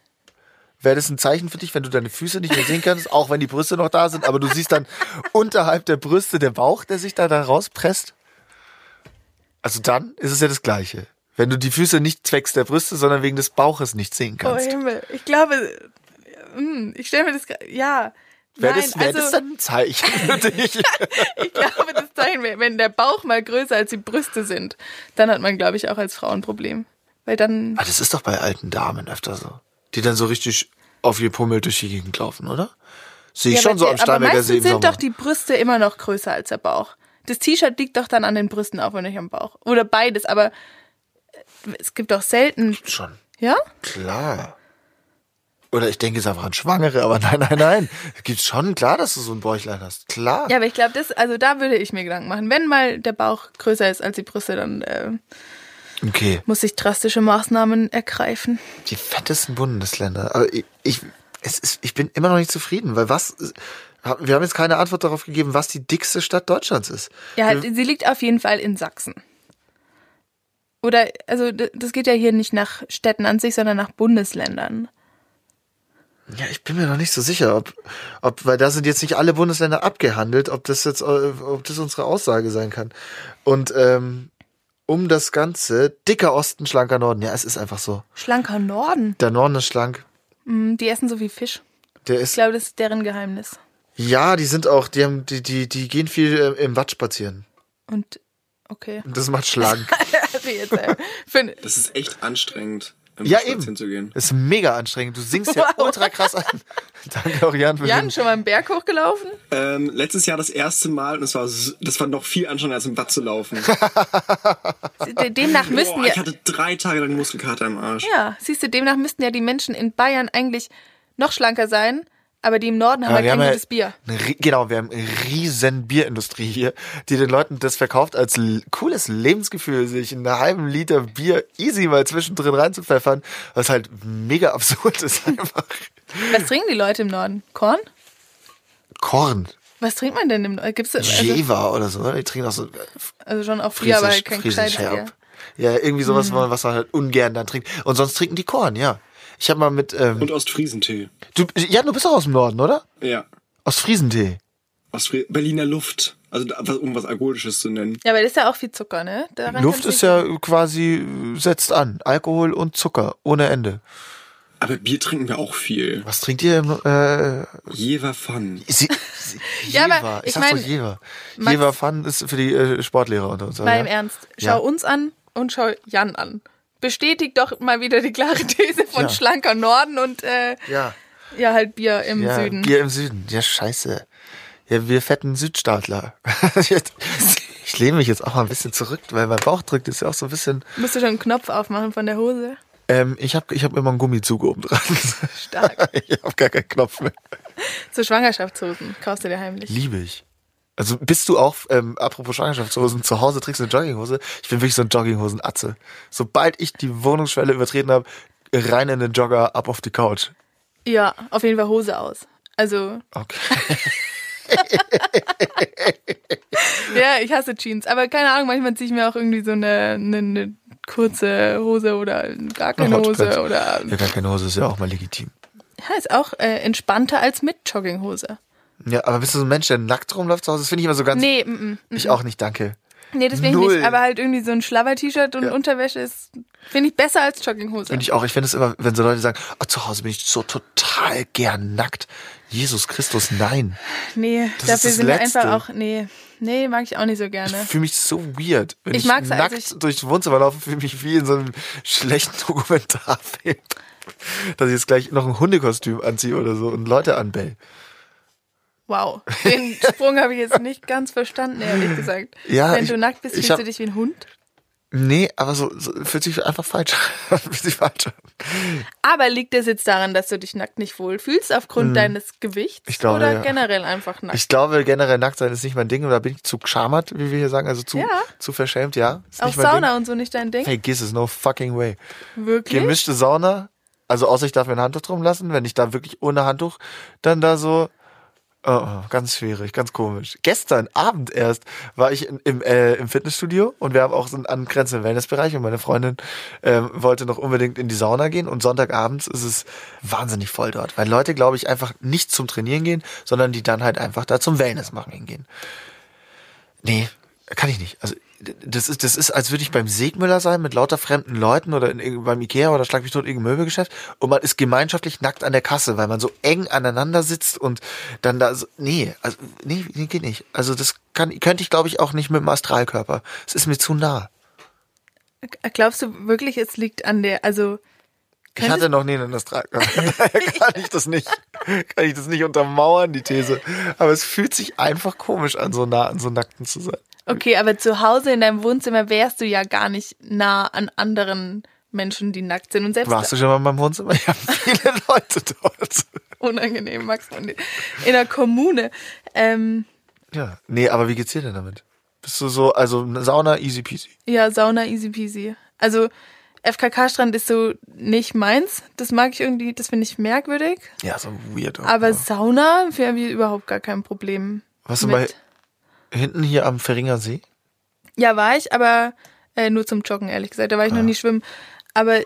Speaker 2: Wäre das ein Zeichen für dich, wenn du deine Füße nicht mehr sehen kannst, auch wenn die Brüste noch da sind, aber du siehst dann unterhalb der Brüste der Bauch, der sich da, da rauspresst? Also dann ist es ja das Gleiche. Wenn du die Füße nicht zwecks der Brüste, sondern wegen des Bauches nicht sehen
Speaker 1: Oh
Speaker 2: kannst.
Speaker 1: Himmel, ich glaube, hm, ich stelle mir das, gra- ja.
Speaker 2: Wäre
Speaker 1: Nein,
Speaker 2: das, wär
Speaker 1: also
Speaker 2: das dann ein Zeichen für dich?
Speaker 1: ich glaube, das Zeichen, wäre, wenn der Bauch mal größer als die Brüste sind, dann hat man, glaube ich, auch als Frau ein Problem. Weil dann,
Speaker 2: Ah, das ist doch bei alten Damen öfter so. Die dann so richtig auf ihr Pummel durch die Gegend laufen, oder? Sehe ich
Speaker 1: Ja,
Speaker 2: schon
Speaker 1: aber
Speaker 2: so
Speaker 1: der-
Speaker 2: am
Speaker 1: aber
Speaker 2: Starnberger
Speaker 1: meistens
Speaker 2: See im
Speaker 1: sind
Speaker 2: Sommer.
Speaker 1: doch die Brüste immer noch größer als der Bauch. Das T-Shirt liegt doch dann an den Brüsten auf und nicht am Bauch. Oder beides, aber äh, es gibt doch selten.
Speaker 2: Schon.
Speaker 1: Ja?
Speaker 2: Klar. Oder ich denke, da waren Schwangere, aber nein, nein, nein. Gibt's schon, klar, dass du so ein Bäuchlein hast. Klar.
Speaker 1: Ja, aber ich glaube, das, also da würde ich mir Gedanken machen. Wenn mal der Bauch größer ist als die Brüste, dann äh,
Speaker 2: Okay.
Speaker 1: muss ich drastische Maßnahmen ergreifen.
Speaker 2: Die fettesten Bundesländer. Also ich, ich, es ist, ich bin immer noch nicht zufrieden, weil was. Wir haben jetzt keine Antwort darauf gegeben, was die dickste Stadt Deutschlands ist.
Speaker 1: Ja, halt, sie liegt auf jeden Fall in Sachsen. Oder, also d- das geht ja hier nicht nach Städten an sich, sondern nach Bundesländern.
Speaker 2: Ja, ich bin mir noch nicht so sicher, ob, ob weil da sind jetzt nicht alle Bundesländer abgehandelt, ob das jetzt, äh, ob das unsere Aussage sein kann. Und ähm, um das Ganze, dicker Osten, schlanker Norden. Ja, es ist einfach so.
Speaker 1: Schlanker Norden.
Speaker 2: Der Norden ist schlank.
Speaker 1: Mm, die essen so wie Fisch.
Speaker 2: Der
Speaker 1: Ich
Speaker 2: ist.
Speaker 1: glaube, das ist deren Geheimnis.
Speaker 2: Ja, die sind auch, die haben, die, die, die gehen viel äh, im Watt spazieren.
Speaker 1: Und, okay.
Speaker 2: Das macht schlank.
Speaker 1: Also jetzt, äh, find,
Speaker 3: Das ist echt anstrengend, im
Speaker 2: ja,
Speaker 3: Spazieren
Speaker 2: eben.
Speaker 3: zu gehen.
Speaker 2: Ist mega anstrengend. Du singst ja
Speaker 1: Wow.
Speaker 2: ultra krass an. Danke auch, Jan, für
Speaker 1: Jan,
Speaker 2: den-
Speaker 1: schon mal einen Berg hochgelaufen?
Speaker 3: Ähm, letztes Jahr das erste Mal und es war, s- das war noch viel anstrengender als im Watt zu laufen.
Speaker 1: De- Demnach müssten
Speaker 3: Boah,
Speaker 1: ja,
Speaker 3: ich hatte drei Tage lang Muskelkater im Arsch.
Speaker 1: ja, siehst du, demnach müssten ja die Menschen in Bayern eigentlich noch schlanker sein, aber die im Norden haben
Speaker 2: Ja,
Speaker 1: halt
Speaker 2: wir
Speaker 1: kein
Speaker 2: haben ja
Speaker 1: gutes Bier.
Speaker 2: eine ri- genau, wir haben eine riesen Bierindustrie hier, die den Leuten das verkauft als l- cooles Lebensgefühl, sich einen halben Liter Bier easy mal zwischendrin reinzupfeffern, was halt mega absurd ist einfach.
Speaker 1: Was trinken die Leute im Norden? Korn?
Speaker 2: Korn,
Speaker 1: Was trinkt man denn im Norden? Gibt's also,
Speaker 2: Jeva oder so, oder? die trinken auch so äh,
Speaker 1: also schon auch Bier, aber
Speaker 2: friesisch,
Speaker 1: halt kein Hm.
Speaker 2: friesisch
Speaker 1: gescheites
Speaker 2: herb.
Speaker 1: Bier.
Speaker 2: Ja, irgendwie sowas, wo man- was man halt ungern dann trinkt. Und sonst trinken die Korn, ja. Ich habe mal mit, ähm,
Speaker 3: Und Ostfriesentee.
Speaker 2: du, ja, du bist auch aus dem Norden, oder?
Speaker 3: Ja.
Speaker 2: Aus Friesentee.
Speaker 3: Ostfri Berliner Luft. Also, da- was- um was Alkoholisches zu nennen.
Speaker 1: Ja, aber das ist ja auch viel Zucker, ne? Daran
Speaker 2: Luft
Speaker 1: kann's
Speaker 2: ist
Speaker 1: nicht-
Speaker 2: ja quasi, äh, setzt an. Alkohol und Zucker, ohne Ende.
Speaker 3: Aber Bier trinken wir auch viel.
Speaker 2: Was trinkt ihr? im, Äh,
Speaker 3: Jever Fun.
Speaker 2: sie,
Speaker 1: Ja, aber
Speaker 2: Jever.
Speaker 1: ich
Speaker 2: ich sag doch
Speaker 1: mein,
Speaker 2: Jever.
Speaker 1: Max-
Speaker 2: Jever Fun ist für die äh, Sportlehrer unter uns.
Speaker 1: Mal im
Speaker 2: ja?
Speaker 1: Ernst, schau
Speaker 2: Ja.
Speaker 1: uns an und schau Jan an. Bestätigt doch mal wieder die klare These von
Speaker 2: Ja.
Speaker 1: schlanker Norden und äh,
Speaker 2: Ja,
Speaker 1: ja, halt Bier im
Speaker 2: ja.
Speaker 1: Süden.
Speaker 2: Bier im Süden. Ja, scheiße. Ja, wir fetten Südstaatler. Jetzt- ich lehne mich jetzt auch mal ein bisschen zurück, weil mein Bauch drückt. Ist ja auch so ein bisschen.
Speaker 1: Musst du schon einen Knopf aufmachen von der Hose?
Speaker 2: Ähm, ich habe ich hab immer einen Gummizug oben dran.
Speaker 1: Stark.
Speaker 2: ich habe gar keinen Knopf mehr.
Speaker 1: Zu Schwangerschaftshosen kaufst du dir heimlich.
Speaker 2: Liebe ich. Also bist du auch, ähm, apropos Schwangerschaftshosen, zu Hause trägst du eine Jogginghose? Ich bin wirklich so ein Jogginghosen-Atze. Sobald ich die Wohnungsschwelle übertreten habe, rein in den Jogger, ab auf die Couch.
Speaker 1: Ja, auf jeden Fall Hose aus. Also,
Speaker 2: Okay.
Speaker 1: ja, ich hasse Jeans, aber keine Ahnung, manchmal ziehe ich mir auch irgendwie so eine, eine, eine kurze Hose oder gar keine
Speaker 2: Hotpants.
Speaker 1: Hose oder.
Speaker 2: Ja, gar keine Hose ist ja auch mal legitim.
Speaker 1: Ja, ist auch äh, entspannter als mit Jogginghose.
Speaker 2: Ja, aber bist du so ein Mensch, der nackt rumläuft zu Hause? Das finde ich immer so ganz...
Speaker 1: Nee, mm, mm.
Speaker 2: Ich auch nicht, danke.
Speaker 1: nee, das bin ich
Speaker 2: Null.
Speaker 1: nicht, aber halt irgendwie so ein Schlabber-T-Shirt und Unterwäsche ist, finde ich, besser als Jogginghose.
Speaker 2: Und ich auch, ich finde es immer, wenn so Leute sagen, oh, zu Hause bin ich so total gern nackt. Jesus Christus, nein.
Speaker 1: nee,
Speaker 2: das
Speaker 1: dafür
Speaker 2: ist
Speaker 1: sind wir
Speaker 2: Letzte.
Speaker 1: einfach auch, nee, nee, mag ich auch nicht so
Speaker 2: Ich
Speaker 1: gerne.
Speaker 2: fühle mich so weird. Wenn
Speaker 1: Ich
Speaker 2: ich,
Speaker 1: mag's, als
Speaker 2: nackt
Speaker 1: ich-
Speaker 2: durchs Wohnzimmer laufe, fühle ich mich wie in so einem schlechten Dokumentarfilm. Dass ich jetzt gleich noch ein Hundekostüm anziehe oder so und Leute anbell.
Speaker 1: Wow, den Sprung habe ich jetzt nicht ganz verstanden, ehrlich gesagt.
Speaker 2: Ja,
Speaker 1: Wenn
Speaker 2: ich-
Speaker 1: du nackt bist,
Speaker 2: ich
Speaker 1: fühlst
Speaker 2: hab-
Speaker 1: du dich wie ein Hund?
Speaker 2: Nee, aber so, so fühlt sich einfach falsch an. fühlt sich falsch an.
Speaker 1: Aber liegt das jetzt daran, dass du dich nackt nicht wohlfühlst aufgrund deines Gewichts
Speaker 2: Mm. Ich glaube,
Speaker 1: oder
Speaker 2: ja.
Speaker 1: generell einfach nackt?
Speaker 2: Ich glaube, generell nackt sein ist nicht mein Ding. Oder bin ich zu geschamert, wie wir hier sagen? Also zu,
Speaker 1: Ja.
Speaker 2: zu verschämt, ja. Ist
Speaker 1: auch
Speaker 2: nicht mein
Speaker 1: Sauna
Speaker 2: Ding.
Speaker 1: und so nicht dein Ding?
Speaker 2: Vergiss es, no fucking way.
Speaker 1: Wirklich?
Speaker 2: Gemischte Sauna. Also außer ich darf mir ein Handtuch drum lassen. Wenn ich da wirklich ohne Handtuch dann da so. Oh, oh, ganz schwierig, ganz komisch. Gestern Abend erst war ich in, im, äh, im Fitnessstudio und wir haben auch so einen angrenzenden Wellnessbereich und meine Freundin ähm, wollte noch unbedingt in die Sauna gehen und Sonntagabends ist es wahnsinnig voll dort, weil Leute, glaube ich, einfach nicht zum Trainieren gehen, sondern die dann halt einfach da zum Wellness machen hingehen. Nee, kann ich nicht. Also d- das ist, das ist, als würde ich beim Segmüller sein mit lauter fremden Leuten oder in, irgend- beim Ikea oder schlag mich tot irgendein Möbelgeschäft und man ist gemeinschaftlich nackt an der Kasse, weil man so eng aneinander sitzt und dann da so, nee, also nee, nee geht nicht. Also das kann, könnte ich glaube ich auch nicht mit dem Astralkörper. Es ist mir zu nah.
Speaker 1: Äh, Glaubst du wirklich, es liegt an der, also
Speaker 2: Ich hatte
Speaker 1: könntest,
Speaker 2: noch nie einen Astralkörper. Daher kann ich das nicht, kann ich das nicht untermauern, die These. Aber es fühlt sich einfach komisch an, so nah an so Nackten zu sein.
Speaker 1: Okay, aber zu Hause in deinem Wohnzimmer wärst du ja gar nicht nah an anderen Menschen, die nackt sind. Und selbst
Speaker 2: Warst du schon mal in meinem Wohnzimmer? Ich habe viele Leute dort.
Speaker 1: unangenehm, Max, und in der Kommune. Ähm,
Speaker 2: Ja. Nee, aber wie geht's dir denn damit? Bist du so, also Sauna, easy peasy.
Speaker 1: ja, Sauna, easy peasy. Also FKK-Strand ist so nicht meins. Das mag ich irgendwie, das finde ich merkwürdig.
Speaker 2: Ja, so weird. auch,
Speaker 1: Aber
Speaker 2: ne?
Speaker 1: Sauna wäre mir überhaupt gar kein Problem.
Speaker 2: Warst du
Speaker 1: mit.
Speaker 2: bei hinten hier am Verringer See?
Speaker 1: Ja, war ich, aber äh, nur zum Joggen, ehrlich gesagt. Da war
Speaker 2: Ah.
Speaker 1: ich noch nie schwimmen. Aber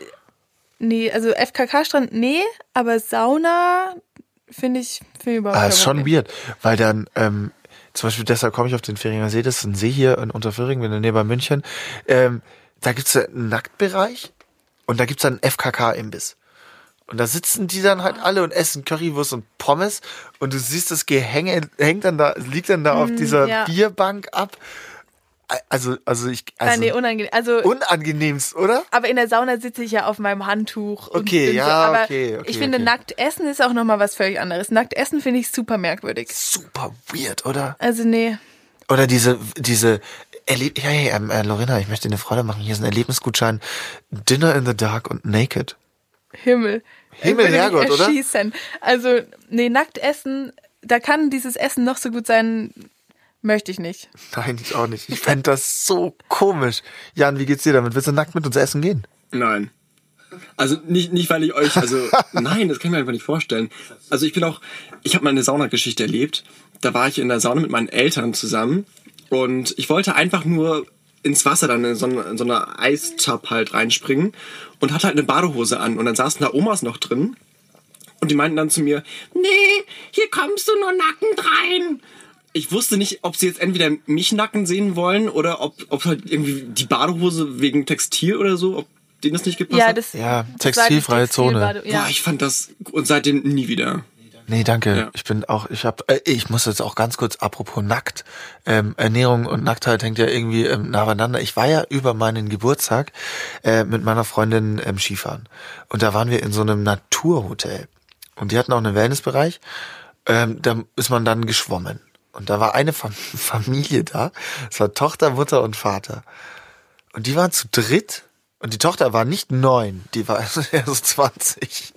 Speaker 1: nee, also FKK-Strand, nee, aber Sauna finde ich, finde ich überhaupt
Speaker 2: Ah,
Speaker 1: kein
Speaker 2: ist schon
Speaker 1: Problem.
Speaker 2: weird. Weil dann, ähm, zum Beispiel deshalb komme ich auf den Feringer See, das ist ein See hier in Unterföhring, in der Nähe bei München. Ähm, da gibt's ja einen Nacktbereich und da gibt's dann einen FKK-Imbiss. Und da sitzen die dann halt alle und essen Currywurst und Pommes und du siehst das Gehänge hängt dann da, liegt dann da auf dieser
Speaker 1: Mhm, ja.
Speaker 2: Bierbank ab. Also, also ich,
Speaker 1: Ah,
Speaker 2: also
Speaker 1: nee, unangenehm. Also,
Speaker 2: unangenehmst, oder?
Speaker 1: aber in der Sauna sitze ich ja auf meinem Handtuch. Und
Speaker 2: Okay,
Speaker 1: bin so,
Speaker 2: ja,
Speaker 1: aber
Speaker 2: okay, okay,
Speaker 1: Ich finde,
Speaker 2: okay.
Speaker 1: nackt essen ist auch nochmal was völlig anderes. Nackt essen finde ich super merkwürdig.
Speaker 2: Super weird, oder?
Speaker 1: Also, nee.
Speaker 2: Oder diese, diese, Erle ja, hey, ähm, äh, Lorena, ich möchte dir eine Freude machen. Hier ist ein Erlebnisgutschein. Dinner in the Dark und Naked.
Speaker 1: Himmel.
Speaker 2: Himmel,
Speaker 1: Ich würde mich
Speaker 2: Herrgott, oder?
Speaker 1: erschießen. Also, nee, nackt essen, da kann dieses Essen noch so gut sein, möchte ich nicht.
Speaker 2: Nein, ich auch nicht. Ich fänd das so komisch. Jan, wie geht's dir damit? Willst du nackt mit uns essen gehen?
Speaker 3: Nein. Also nicht, nicht weil ich euch, also nein, das kann ich mir einfach nicht vorstellen. Also ich bin auch, ich habe mal eine Saunageschichte erlebt. Da war ich in der Sauna mit meinen Eltern zusammen und ich wollte einfach nur ins Wasser dann in so, eine- in so eine Eistub halt reinspringen und hatte halt eine Badehose an und dann saßen da Omas noch drin und die meinten dann zu mir, nee, hier kommst du nur nackend rein. Ich wusste nicht, ob sie jetzt entweder mich nackend sehen wollen oder ob, ob halt irgendwie die Badehose wegen Textil oder so, ob denen das nicht gepasst
Speaker 1: Ja,
Speaker 3: hat.
Speaker 1: das
Speaker 2: Ja,
Speaker 1: das war die
Speaker 2: textilfreie
Speaker 1: Textilbade- Ja.
Speaker 3: Boah, ich fand das und seitdem nie wieder.
Speaker 2: Nee, danke.
Speaker 3: Ja.
Speaker 2: Ich bin auch, ich hab, äh, ich muss jetzt auch ganz kurz, apropos nackt, ähm, Ernährung und Nacktheit hängt ja irgendwie ähm, nah beieinander. Ich war ja über meinen Geburtstag äh, mit meiner Freundin ähm, Skifahren. Und da waren wir in so einem Naturhotel. Und die hatten auch einen Wellnessbereich. Ähm, da ist man dann geschwommen. Und da war eine Fam Familie da. Es war Tochter, Mutter und Vater. Und die waren zu dritt. Und die Tochter war nicht neun, die war also eher so 20.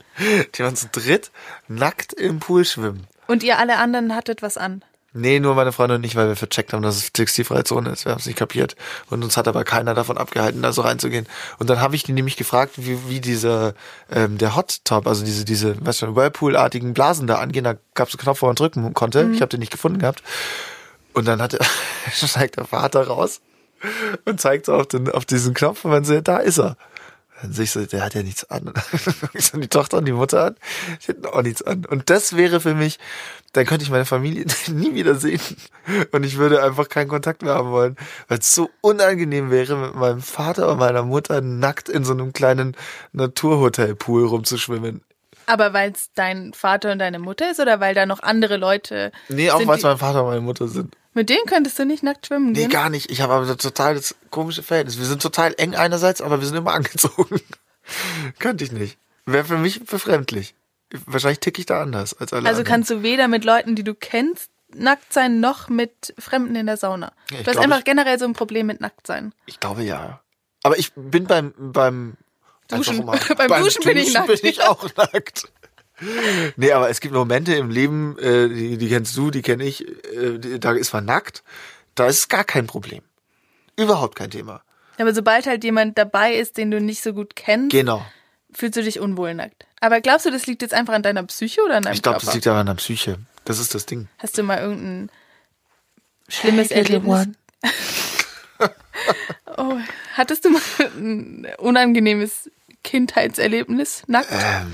Speaker 2: Die waren zu dritt nackt im Pool schwimmen.
Speaker 1: Und ihr alle anderen hattet was an.
Speaker 2: Nee, nur meine Freunde und ich, weil wir vercheckt haben, dass es textilfreie Zone ist. Wir haben es nicht kapiert. Und uns hat aber keiner davon abgehalten, da so reinzugehen. Und dann habe ich die nämlich gefragt, wie, wie dieser, ähm, der Hot Top, also diese, diese, weißt du, Whirlpool-artigen Blasen da angehen. Da gab es einen Knopf, wo man drücken konnte. Ich habe den nicht gefunden gehabt. Und dann hat, steigt der Vater raus und zeigt so auf, den, auf diesen Knopf und man sieht, da ist er. Dann sehe ich so, der hat ja nichts an. Und dann guck ich so die Tochter und die Mutter an, die hätten auch nichts an. Und das wäre für mich, dann könnte ich meine Familie nie wieder sehen. Und ich würde einfach keinen Kontakt mehr haben wollen, weil es so unangenehm wäre, mit meinem Vater und meiner Mutter nackt in so einem kleinen Naturhotelpool rumzuschwimmen.
Speaker 1: Aber weil es dein Vater und deine Mutter ist oder weil da noch andere Leute.
Speaker 2: Nee, auch
Speaker 1: sind,
Speaker 2: weil es
Speaker 1: die-
Speaker 2: mein Vater und meine Mutter sind.
Speaker 1: Mit denen könntest du nicht nackt schwimmen
Speaker 2: Nee,
Speaker 1: gehen.
Speaker 2: gar nicht. Ich habe aber so total das komische Verhältnis. Wir sind total eng einerseits, aber wir sind immer angezogen. Könnte ich nicht. Wäre für mich befremdlich. Wahrscheinlich ticke ich da anders als alle
Speaker 1: also
Speaker 2: anderen.
Speaker 1: kannst du weder mit Leuten, die du kennst, nackt sein, noch mit Fremden in der Sauna. du
Speaker 2: Ja, ich
Speaker 1: hast
Speaker 2: glaub,
Speaker 1: einfach
Speaker 2: ich-
Speaker 1: generell so ein Problem mit nackt sein.
Speaker 2: Ich glaube ja. Aber ich bin beim beim
Speaker 1: Duschen.
Speaker 2: einfach mal-
Speaker 1: Beim Duschen bin ich nackt.
Speaker 2: Bin ich auch nackt. Nee, aber es gibt Momente im Leben, äh, die, die kennst du, die kenne ich, äh, die, da ist man nackt, da ist es gar kein Problem. Überhaupt kein Thema.
Speaker 1: Aber sobald halt jemand dabei ist, den du nicht so gut kennst,
Speaker 2: Genau.
Speaker 1: fühlst du dich unwohl nackt. Aber glaubst du, das liegt jetzt einfach an deiner Psyche oder an deinem
Speaker 2: Ich glaube,
Speaker 1: Körper?
Speaker 2: das liegt aber an der Psyche. Das ist das Ding.
Speaker 1: Hast du mal irgendein schlimmes Erlebnis? Oh, hattest du mal ein unangenehmes Kindheitserlebnis nackt?
Speaker 2: Äh.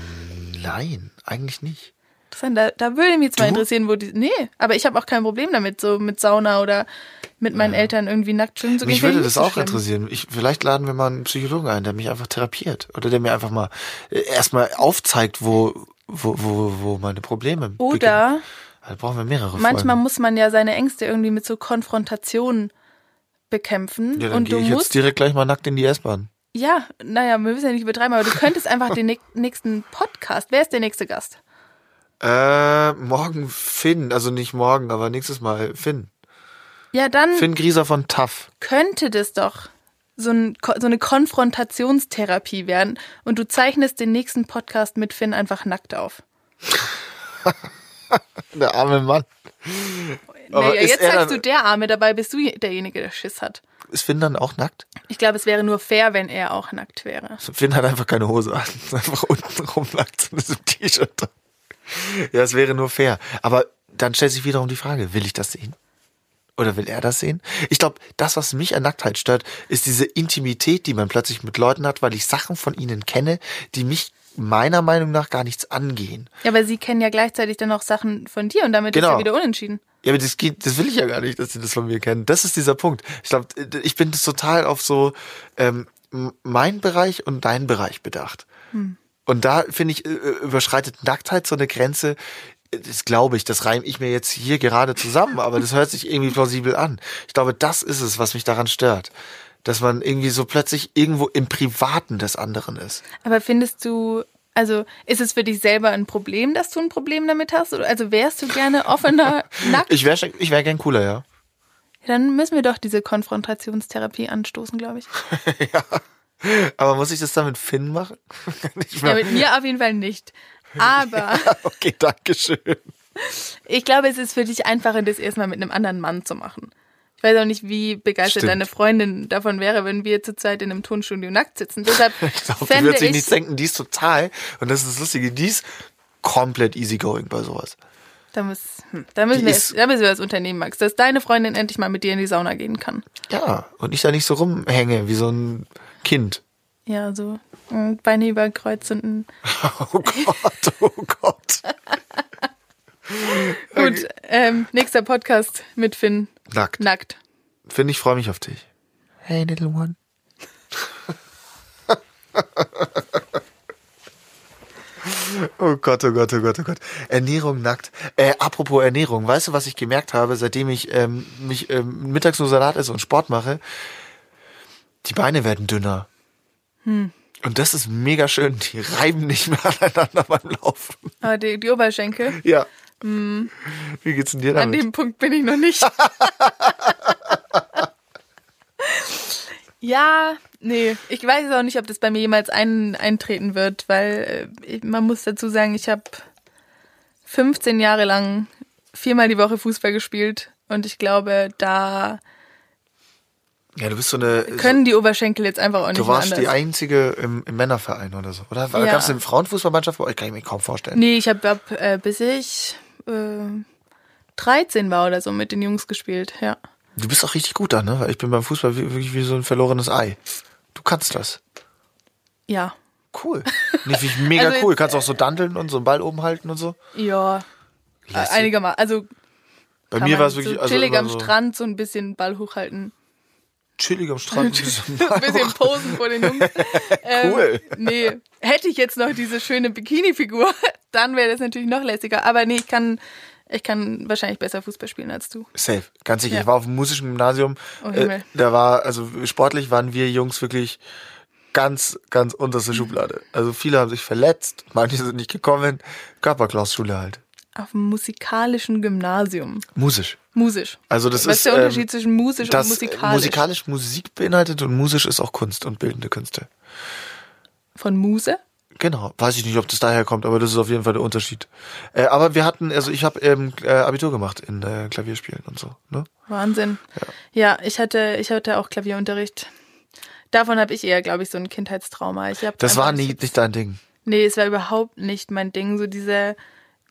Speaker 2: Nein, eigentlich nicht.
Speaker 1: Interessant, da, da würde mich jetzt mal interessieren, wo die. Nee, aber ich habe auch kein Problem damit, so mit Sauna oder mit meinen Eltern irgendwie nackt schwimmen zu gehen.
Speaker 2: Mich
Speaker 1: Finde
Speaker 2: würde
Speaker 1: ich
Speaker 2: das
Speaker 1: nicht so
Speaker 2: auch
Speaker 1: schlimm.
Speaker 2: interessieren. Ich, vielleicht laden wir mal einen Psychologen ein, der mich einfach therapiert oder der mir einfach mal äh, erstmal aufzeigt, wo, wo, wo, wo meine Probleme
Speaker 1: Oder-
Speaker 2: beginnen. Da brauchen wir mehrere
Speaker 1: Manchmal
Speaker 2: Folgen.
Speaker 1: muss man ja seine Ängste irgendwie mit so Konfrontationen bekämpfen.
Speaker 2: Ja, dann
Speaker 1: und
Speaker 2: gehe
Speaker 1: du
Speaker 2: ich jetzt
Speaker 1: musst.
Speaker 2: direkt gleich mal nackt in die S-Bahn.
Speaker 1: Ja, naja, wir müssen ja nicht übertreiben, aber du könntest einfach den ni- nächsten Podcast. Wer ist der nächste Gast?
Speaker 2: Äh, morgen Finn, also nicht morgen, aber nächstes Mal Finn.
Speaker 1: Ja, dann
Speaker 2: Finn Grieser von TAF.
Speaker 1: könnte das doch so, ein, Ko- so eine Konfrontationstherapie werden und du zeichnest den nächsten Podcast mit Finn einfach nackt auf.
Speaker 2: Der arme Mann. Aber
Speaker 1: Naja,
Speaker 2: ist
Speaker 1: jetzt
Speaker 2: er
Speaker 1: sagst
Speaker 2: dann-
Speaker 1: du der Arme, dabei bist du derjenige, der Schiss hat.
Speaker 2: Ist Finn dann auch nackt?
Speaker 1: Ich glaube, es wäre nur fair, wenn er auch nackt wäre.
Speaker 2: Finn hat einfach keine Hose an. Ist Einfach unten rum nackt in diesem T-Shirt. Ja, es wäre nur fair. Aber dann stellt sich wiederum die Frage, will ich das sehen? Oder will er das sehen? Ich glaube, das, was mich an Nacktheit stört, ist diese Intimität, die man plötzlich mit Leuten hat, weil ich Sachen von ihnen kenne, die mich meiner Meinung nach gar nichts angehen.
Speaker 1: Ja, aber sie kennen ja gleichzeitig dann auch Sachen von dir und damit ist
Speaker 2: Genau.
Speaker 1: ja wieder unentschieden.
Speaker 2: Ja, aber das geht, das will ich ja gar nicht, dass sie das von mir kennen. Das ist dieser Punkt. Ich glaube, ich bin total auf so ähm, m- mein Bereich und dein Bereich bedacht. Und da finde ich äh, überschreitet Nacktheit so eine Grenze. Das glaube ich, das reime ich mir jetzt hier gerade zusammen, aber das hört sich irgendwie plausibel an. Ich glaube, das ist es, was mich daran stört, dass man irgendwie so plötzlich irgendwo im Privaten des anderen ist.
Speaker 1: Aber findest du, also ist es für dich selber ein Problem, dass du ein Problem damit hast? Oder, also wärst du gerne offener nackt?
Speaker 2: Ich wäre, ich wäre gern cooler, ja.
Speaker 1: dann müssen wir doch diese Konfrontationstherapie anstoßen, glaube ich.
Speaker 2: Aber muss ich das dann mit Finn machen? Ich
Speaker 1: Ja,
Speaker 2: mein-
Speaker 1: mit mir auf jeden Fall nicht. Aber
Speaker 2: okay, Dankeschön.
Speaker 1: ich glaube, es ist für dich einfacher, das erstmal mit einem anderen Mann zu machen. Ich weiß auch nicht, wie begeistert
Speaker 2: Stimmt.
Speaker 1: deine Freundin davon wäre, wenn wir zurzeit in einem Tonstudio nackt sitzen. Deshalb
Speaker 2: Ich glaube, die
Speaker 1: fände
Speaker 2: wird sich
Speaker 1: ich,
Speaker 2: nichts denken. Die ist total, und das ist das Lustige, die ist komplett easygoing bei sowas.
Speaker 1: da, muss, hm, da, müssen
Speaker 2: Die
Speaker 1: wir,
Speaker 2: ist-
Speaker 1: da müssen wir was unternehmen, Max, dass deine Freundin endlich mal mit dir in die Sauna gehen kann.
Speaker 2: Ja, und ich da nicht so rumhänge wie so ein Kind.
Speaker 1: Ja, so mm, Beine über Kreuz und ein
Speaker 2: Oh Gott, oh Gott.
Speaker 1: Gut, ähm, nächster Podcast mit Finn.
Speaker 2: Nackt.
Speaker 1: Nackt.
Speaker 2: Finn, ich freue mich auf dich. Hey, little one. Oh Gott, oh Gott, oh Gott, oh Gott. Ernährung nackt. Äh, apropos Ernährung, weißt du, was ich gemerkt habe, seitdem ich ähm, mich ähm, mittags nur Salat esse und Sport mache? Die Beine werden dünner. Und das ist mega schön. Die reiben nicht mehr aneinander beim Laufen.
Speaker 1: Aber die, die Oberschenkel,
Speaker 2: Ja. Wie geht's denn dir
Speaker 1: an
Speaker 2: damit?
Speaker 1: dem Punkt bin ich noch nicht. ja, nee, ich weiß es auch nicht, ob das bei mir jemals ein, eintreten wird, weil äh, ich- man muss dazu sagen, ich habe 15 Jahre lang viermal die Woche Fußball gespielt und ich glaube, da
Speaker 2: Ja, du bist so eine. so-
Speaker 1: können die Oberschenkel jetzt einfach auch nicht
Speaker 2: Also Du
Speaker 1: mehr
Speaker 2: warst
Speaker 1: anders.
Speaker 2: die einzige im, im Männerverein oder so, oder?
Speaker 1: Ja.
Speaker 2: Gab es eine Frauenfußballmannschaft bei euch? Kann ich mir kaum vorstellen.
Speaker 1: Nee, ich habe hab, äh, bis ich äh, 13 war oder so mit den Jungs gespielt, ja.
Speaker 2: Du bist auch richtig gut da, ne? Weil ich bin beim Fußball wie- wirklich wie so ein verlorenes Ei. Du kannst das.
Speaker 1: Ja.
Speaker 2: Cool. Nicht wie ich mega
Speaker 1: Also
Speaker 2: cool.
Speaker 1: jetzt,
Speaker 2: Kannst auch so dandeln und so einen Ball oben halten und so.
Speaker 1: Ja.
Speaker 2: Lässig.
Speaker 1: Einigermaßen. Also
Speaker 2: Bei
Speaker 1: kann
Speaker 2: mir
Speaker 1: man
Speaker 2: war es wirklich
Speaker 1: so
Speaker 2: also
Speaker 1: chillig
Speaker 2: immer
Speaker 1: am
Speaker 2: so
Speaker 1: Strand so ein bisschen Ball hochhalten.
Speaker 2: Chillig am Strand. ein
Speaker 1: Ein bisschen posen vor den Jungs. Ähm,
Speaker 2: Cool.
Speaker 1: Nee, hätte ich jetzt noch diese schöne Bikini-Figur, dann wäre das natürlich noch lässiger. Aber nee, ich kann, ich kann wahrscheinlich besser Fußball spielen als du.
Speaker 2: Safe, ganz sicher.
Speaker 1: Ja.
Speaker 2: Ich war auf dem musischen Gymnasium.
Speaker 1: Oh
Speaker 2: äh,
Speaker 1: Himmel.
Speaker 2: da war, also sportlich waren wir Jungs wirklich ganz, ganz unterste Schublade. Also viele haben sich verletzt, manche sind nicht gekommen. Körperklausschule halt.
Speaker 1: Auf dem musikalischen Gymnasium.
Speaker 2: Musisch.
Speaker 1: Musisch.
Speaker 2: Also das
Speaker 1: Was
Speaker 2: ist
Speaker 1: ist der
Speaker 2: ähm,
Speaker 1: Unterschied zwischen musisch und
Speaker 2: das
Speaker 1: musikalisch?
Speaker 2: musikalisch Musik beinhaltet und musisch ist auch Kunst und bildende Künste.
Speaker 1: Von Muse?
Speaker 2: Genau, weiß ich nicht, ob das daher kommt, aber das ist auf jeden Fall der Unterschied. Äh, aber wir hatten, also ich habe ähm, äh, Abitur gemacht in äh, Klavierspielen und so. Ne?
Speaker 1: Wahnsinn. Ja, ich hatte, ich hatte auch Klavierunterricht. Davon habe ich eher, glaube ich, so ein Kindheitstrauma. Ich hab
Speaker 2: Das
Speaker 1: einfach
Speaker 2: war nie, nicht dein Ding.
Speaker 1: Nee, es war überhaupt nicht mein Ding. So diese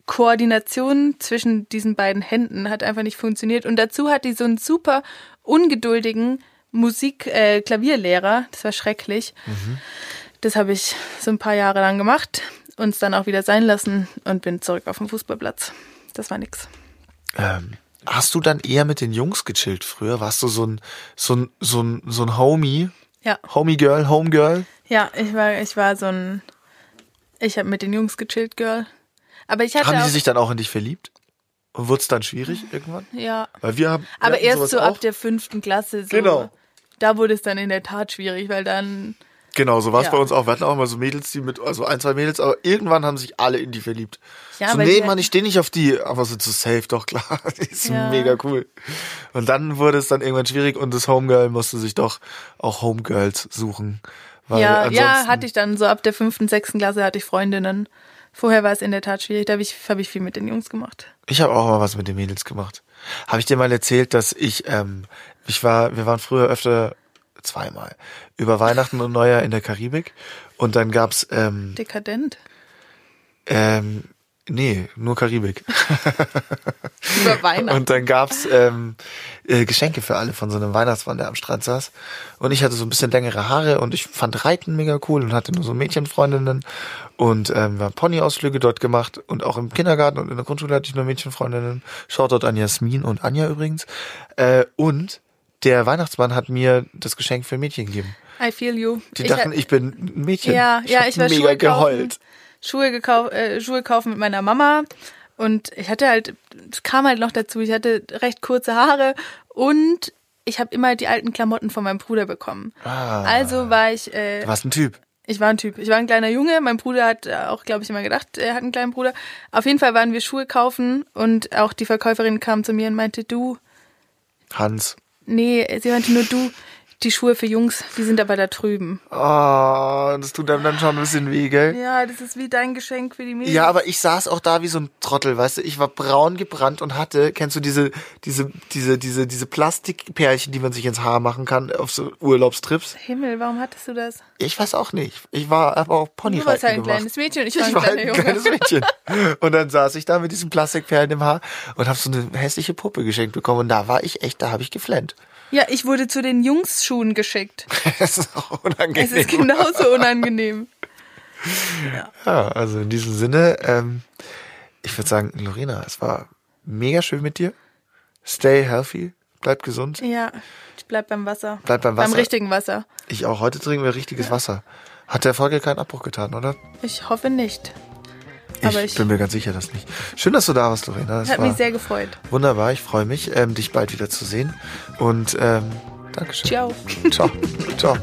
Speaker 1: Koordination zwischen diesen beiden Händen hat einfach nicht funktioniert. Und dazu hat die so einen super ungeduldigen Musik-Klavierlehrer. Äh, Klavierlehrer. das war schrecklich.
Speaker 2: Mhm.
Speaker 1: Das habe ich so ein paar Jahre lang gemacht und es dann auch wieder sein lassen und bin zurück auf den Fußballplatz. Das war nix.
Speaker 2: Ähm, hast du dann eher mit den Jungs gechillt früher? Warst du so ein so ein so ein so ein Homie,
Speaker 1: Ja.
Speaker 2: Homie Girl, Home Girl?
Speaker 1: Ja, ich war, ich war so ein. Ich habe mit den Jungs gechillt, Girl. Aber ich hatte
Speaker 2: Haben
Speaker 1: auch,
Speaker 2: die sich dann auch in dich verliebt? Und wurde es dann schwierig irgendwann?
Speaker 1: ja.
Speaker 2: Weil wir haben wir
Speaker 1: Aber
Speaker 2: hatten
Speaker 1: erst
Speaker 2: sowas
Speaker 1: so
Speaker 2: auch.
Speaker 1: ab der fünften Klasse. So,
Speaker 2: Genau.
Speaker 1: Da wurde es dann in der Tat schwierig, weil dann
Speaker 2: Genau, so war es
Speaker 1: Ja.
Speaker 2: bei uns auch. Wir hatten auch immer so Mädels, die mit, also ein, zwei Mädels, aber irgendwann haben sich alle in die verliebt.
Speaker 1: Ja,
Speaker 2: so,
Speaker 1: weil
Speaker 2: nee,
Speaker 1: die-
Speaker 2: Mann, ich stehe nicht auf die, aber so zu safe, doch klar. Die ist
Speaker 1: Ja.
Speaker 2: mega cool. Und dann wurde es dann irgendwann schwierig und das Homegirl musste sich doch auch Homegirls suchen. Weil
Speaker 1: Ja, ja,
Speaker 2: ansonsten-
Speaker 1: hatte ich dann so ab der fünften, sechsten Klasse hatte ich Freundinnen. Vorher war es in der Tat schwierig, da habe ich, hab ich viel mit den Jungs gemacht.
Speaker 2: Ich habe auch mal was mit den Mädels gemacht. Habe ich dir mal erzählt, dass ich, ähm, ich war, wir waren früher öfter zweimal über Weihnachten und Neujahr in der Karibik und dann gab's ähm,
Speaker 1: Dekadent.
Speaker 2: ähm, nee nur Karibik
Speaker 1: Über Weihnachten.
Speaker 2: und dann gab's ähm, äh, Geschenke für alle von so einem Weihnachtsmann, der am Strand saß und ich hatte so ein bisschen längere Haare und ich fand Reiten mega cool und hatte nur so Mädchenfreundinnen und ähm, wir haben Ponyausflüge dort gemacht und auch im Kindergarten und in der Grundschule hatte ich nur Mädchenfreundinnen. Schaut dort an Jasmin und Anja übrigens äh, und der Weihnachtsmann hat mir das Geschenk für Mädchen gegeben.
Speaker 1: I feel you.
Speaker 2: Die dachten, ich, bin ein Mädchen.
Speaker 1: Ja,
Speaker 2: ich
Speaker 1: ja,
Speaker 2: hab
Speaker 1: ich war
Speaker 2: mega
Speaker 1: Schuhe
Speaker 2: geheult.
Speaker 1: Kaufen, Schuhe, gekauft, äh, Schuhe kaufen mit meiner Mama. Und ich hatte halt, es kam halt noch dazu, ich hatte recht kurze Haare und ich habe immer die alten Klamotten von meinem Bruder bekommen.
Speaker 2: Ah.
Speaker 1: Also war ich, äh,
Speaker 2: Du warst ein Typ.
Speaker 1: ich war ein Typ. Ich war ein kleiner Junge. Mein Bruder hat äh, auch, glaube ich, immer gedacht, er hat einen kleinen Bruder. Auf jeden Fall waren wir Schuhe kaufen und auch die Verkäuferin kam zu mir und meinte, du,
Speaker 2: Hans.
Speaker 1: nee, sie meinte nur du, die Schuhe für Jungs, die sind aber da drüben.
Speaker 2: Ah, das tut einem dann schon ein bisschen weh, gell?
Speaker 1: Ja, das ist wie dein Geschenk für die Mädels.
Speaker 2: Ja, aber ich saß auch da wie so ein Trottel, weißt du, ich war braun gebrannt und hatte, kennst du diese, diese, diese, diese, diese Plastikpärchen, die man sich ins Haar machen kann auf so Urlaubstrips?
Speaker 1: Himmel, warum hattest du das?
Speaker 2: Ich weiß auch nicht. Ich war aber auch
Speaker 1: Du warst halt
Speaker 2: Ponyreiten
Speaker 1: ein
Speaker 2: gemacht.
Speaker 1: kleines Mädchen und ich war ein
Speaker 2: Ich war halt ein
Speaker 1: kleiner
Speaker 2: kleines
Speaker 1: Junge.
Speaker 2: Mädchen. Und dann saß ich da mit diesen Plastikperlen im Haar und habe so eine hässliche Puppe geschenkt bekommen. Und da war ich echt, da habe ich geflennt.
Speaker 1: Ja, ich wurde zu den Jungsschuhen geschickt.
Speaker 2: Das ist auch
Speaker 1: Es
Speaker 2: unangenehm.
Speaker 1: ist genauso unangenehm.
Speaker 2: Ja, also in diesem Sinne, ähm, ich würde sagen, Lorena, es war mega schön mit dir. Stay healthy, bleib gesund.
Speaker 1: Ja, ich bleib beim Wasser.
Speaker 2: Bleib beim
Speaker 1: Beim
Speaker 2: Wasser.
Speaker 1: richtigen Wasser.
Speaker 2: Ich auch, heute trinken wir richtiges Wasser. Hat der Folge keinen Abbruch getan, oder?
Speaker 1: Ich hoffe nicht. Aber ich,
Speaker 2: bin mir ganz sicher, dass nicht. Schön, dass du da warst, Lorena. Das
Speaker 1: hat
Speaker 2: war
Speaker 1: mich sehr gefreut.
Speaker 2: wunderbar, ich freue mich, ähm, dich bald wieder zu sehen. Und ähm, Dankeschön.
Speaker 1: Ciao.
Speaker 2: Ciao. Ciao.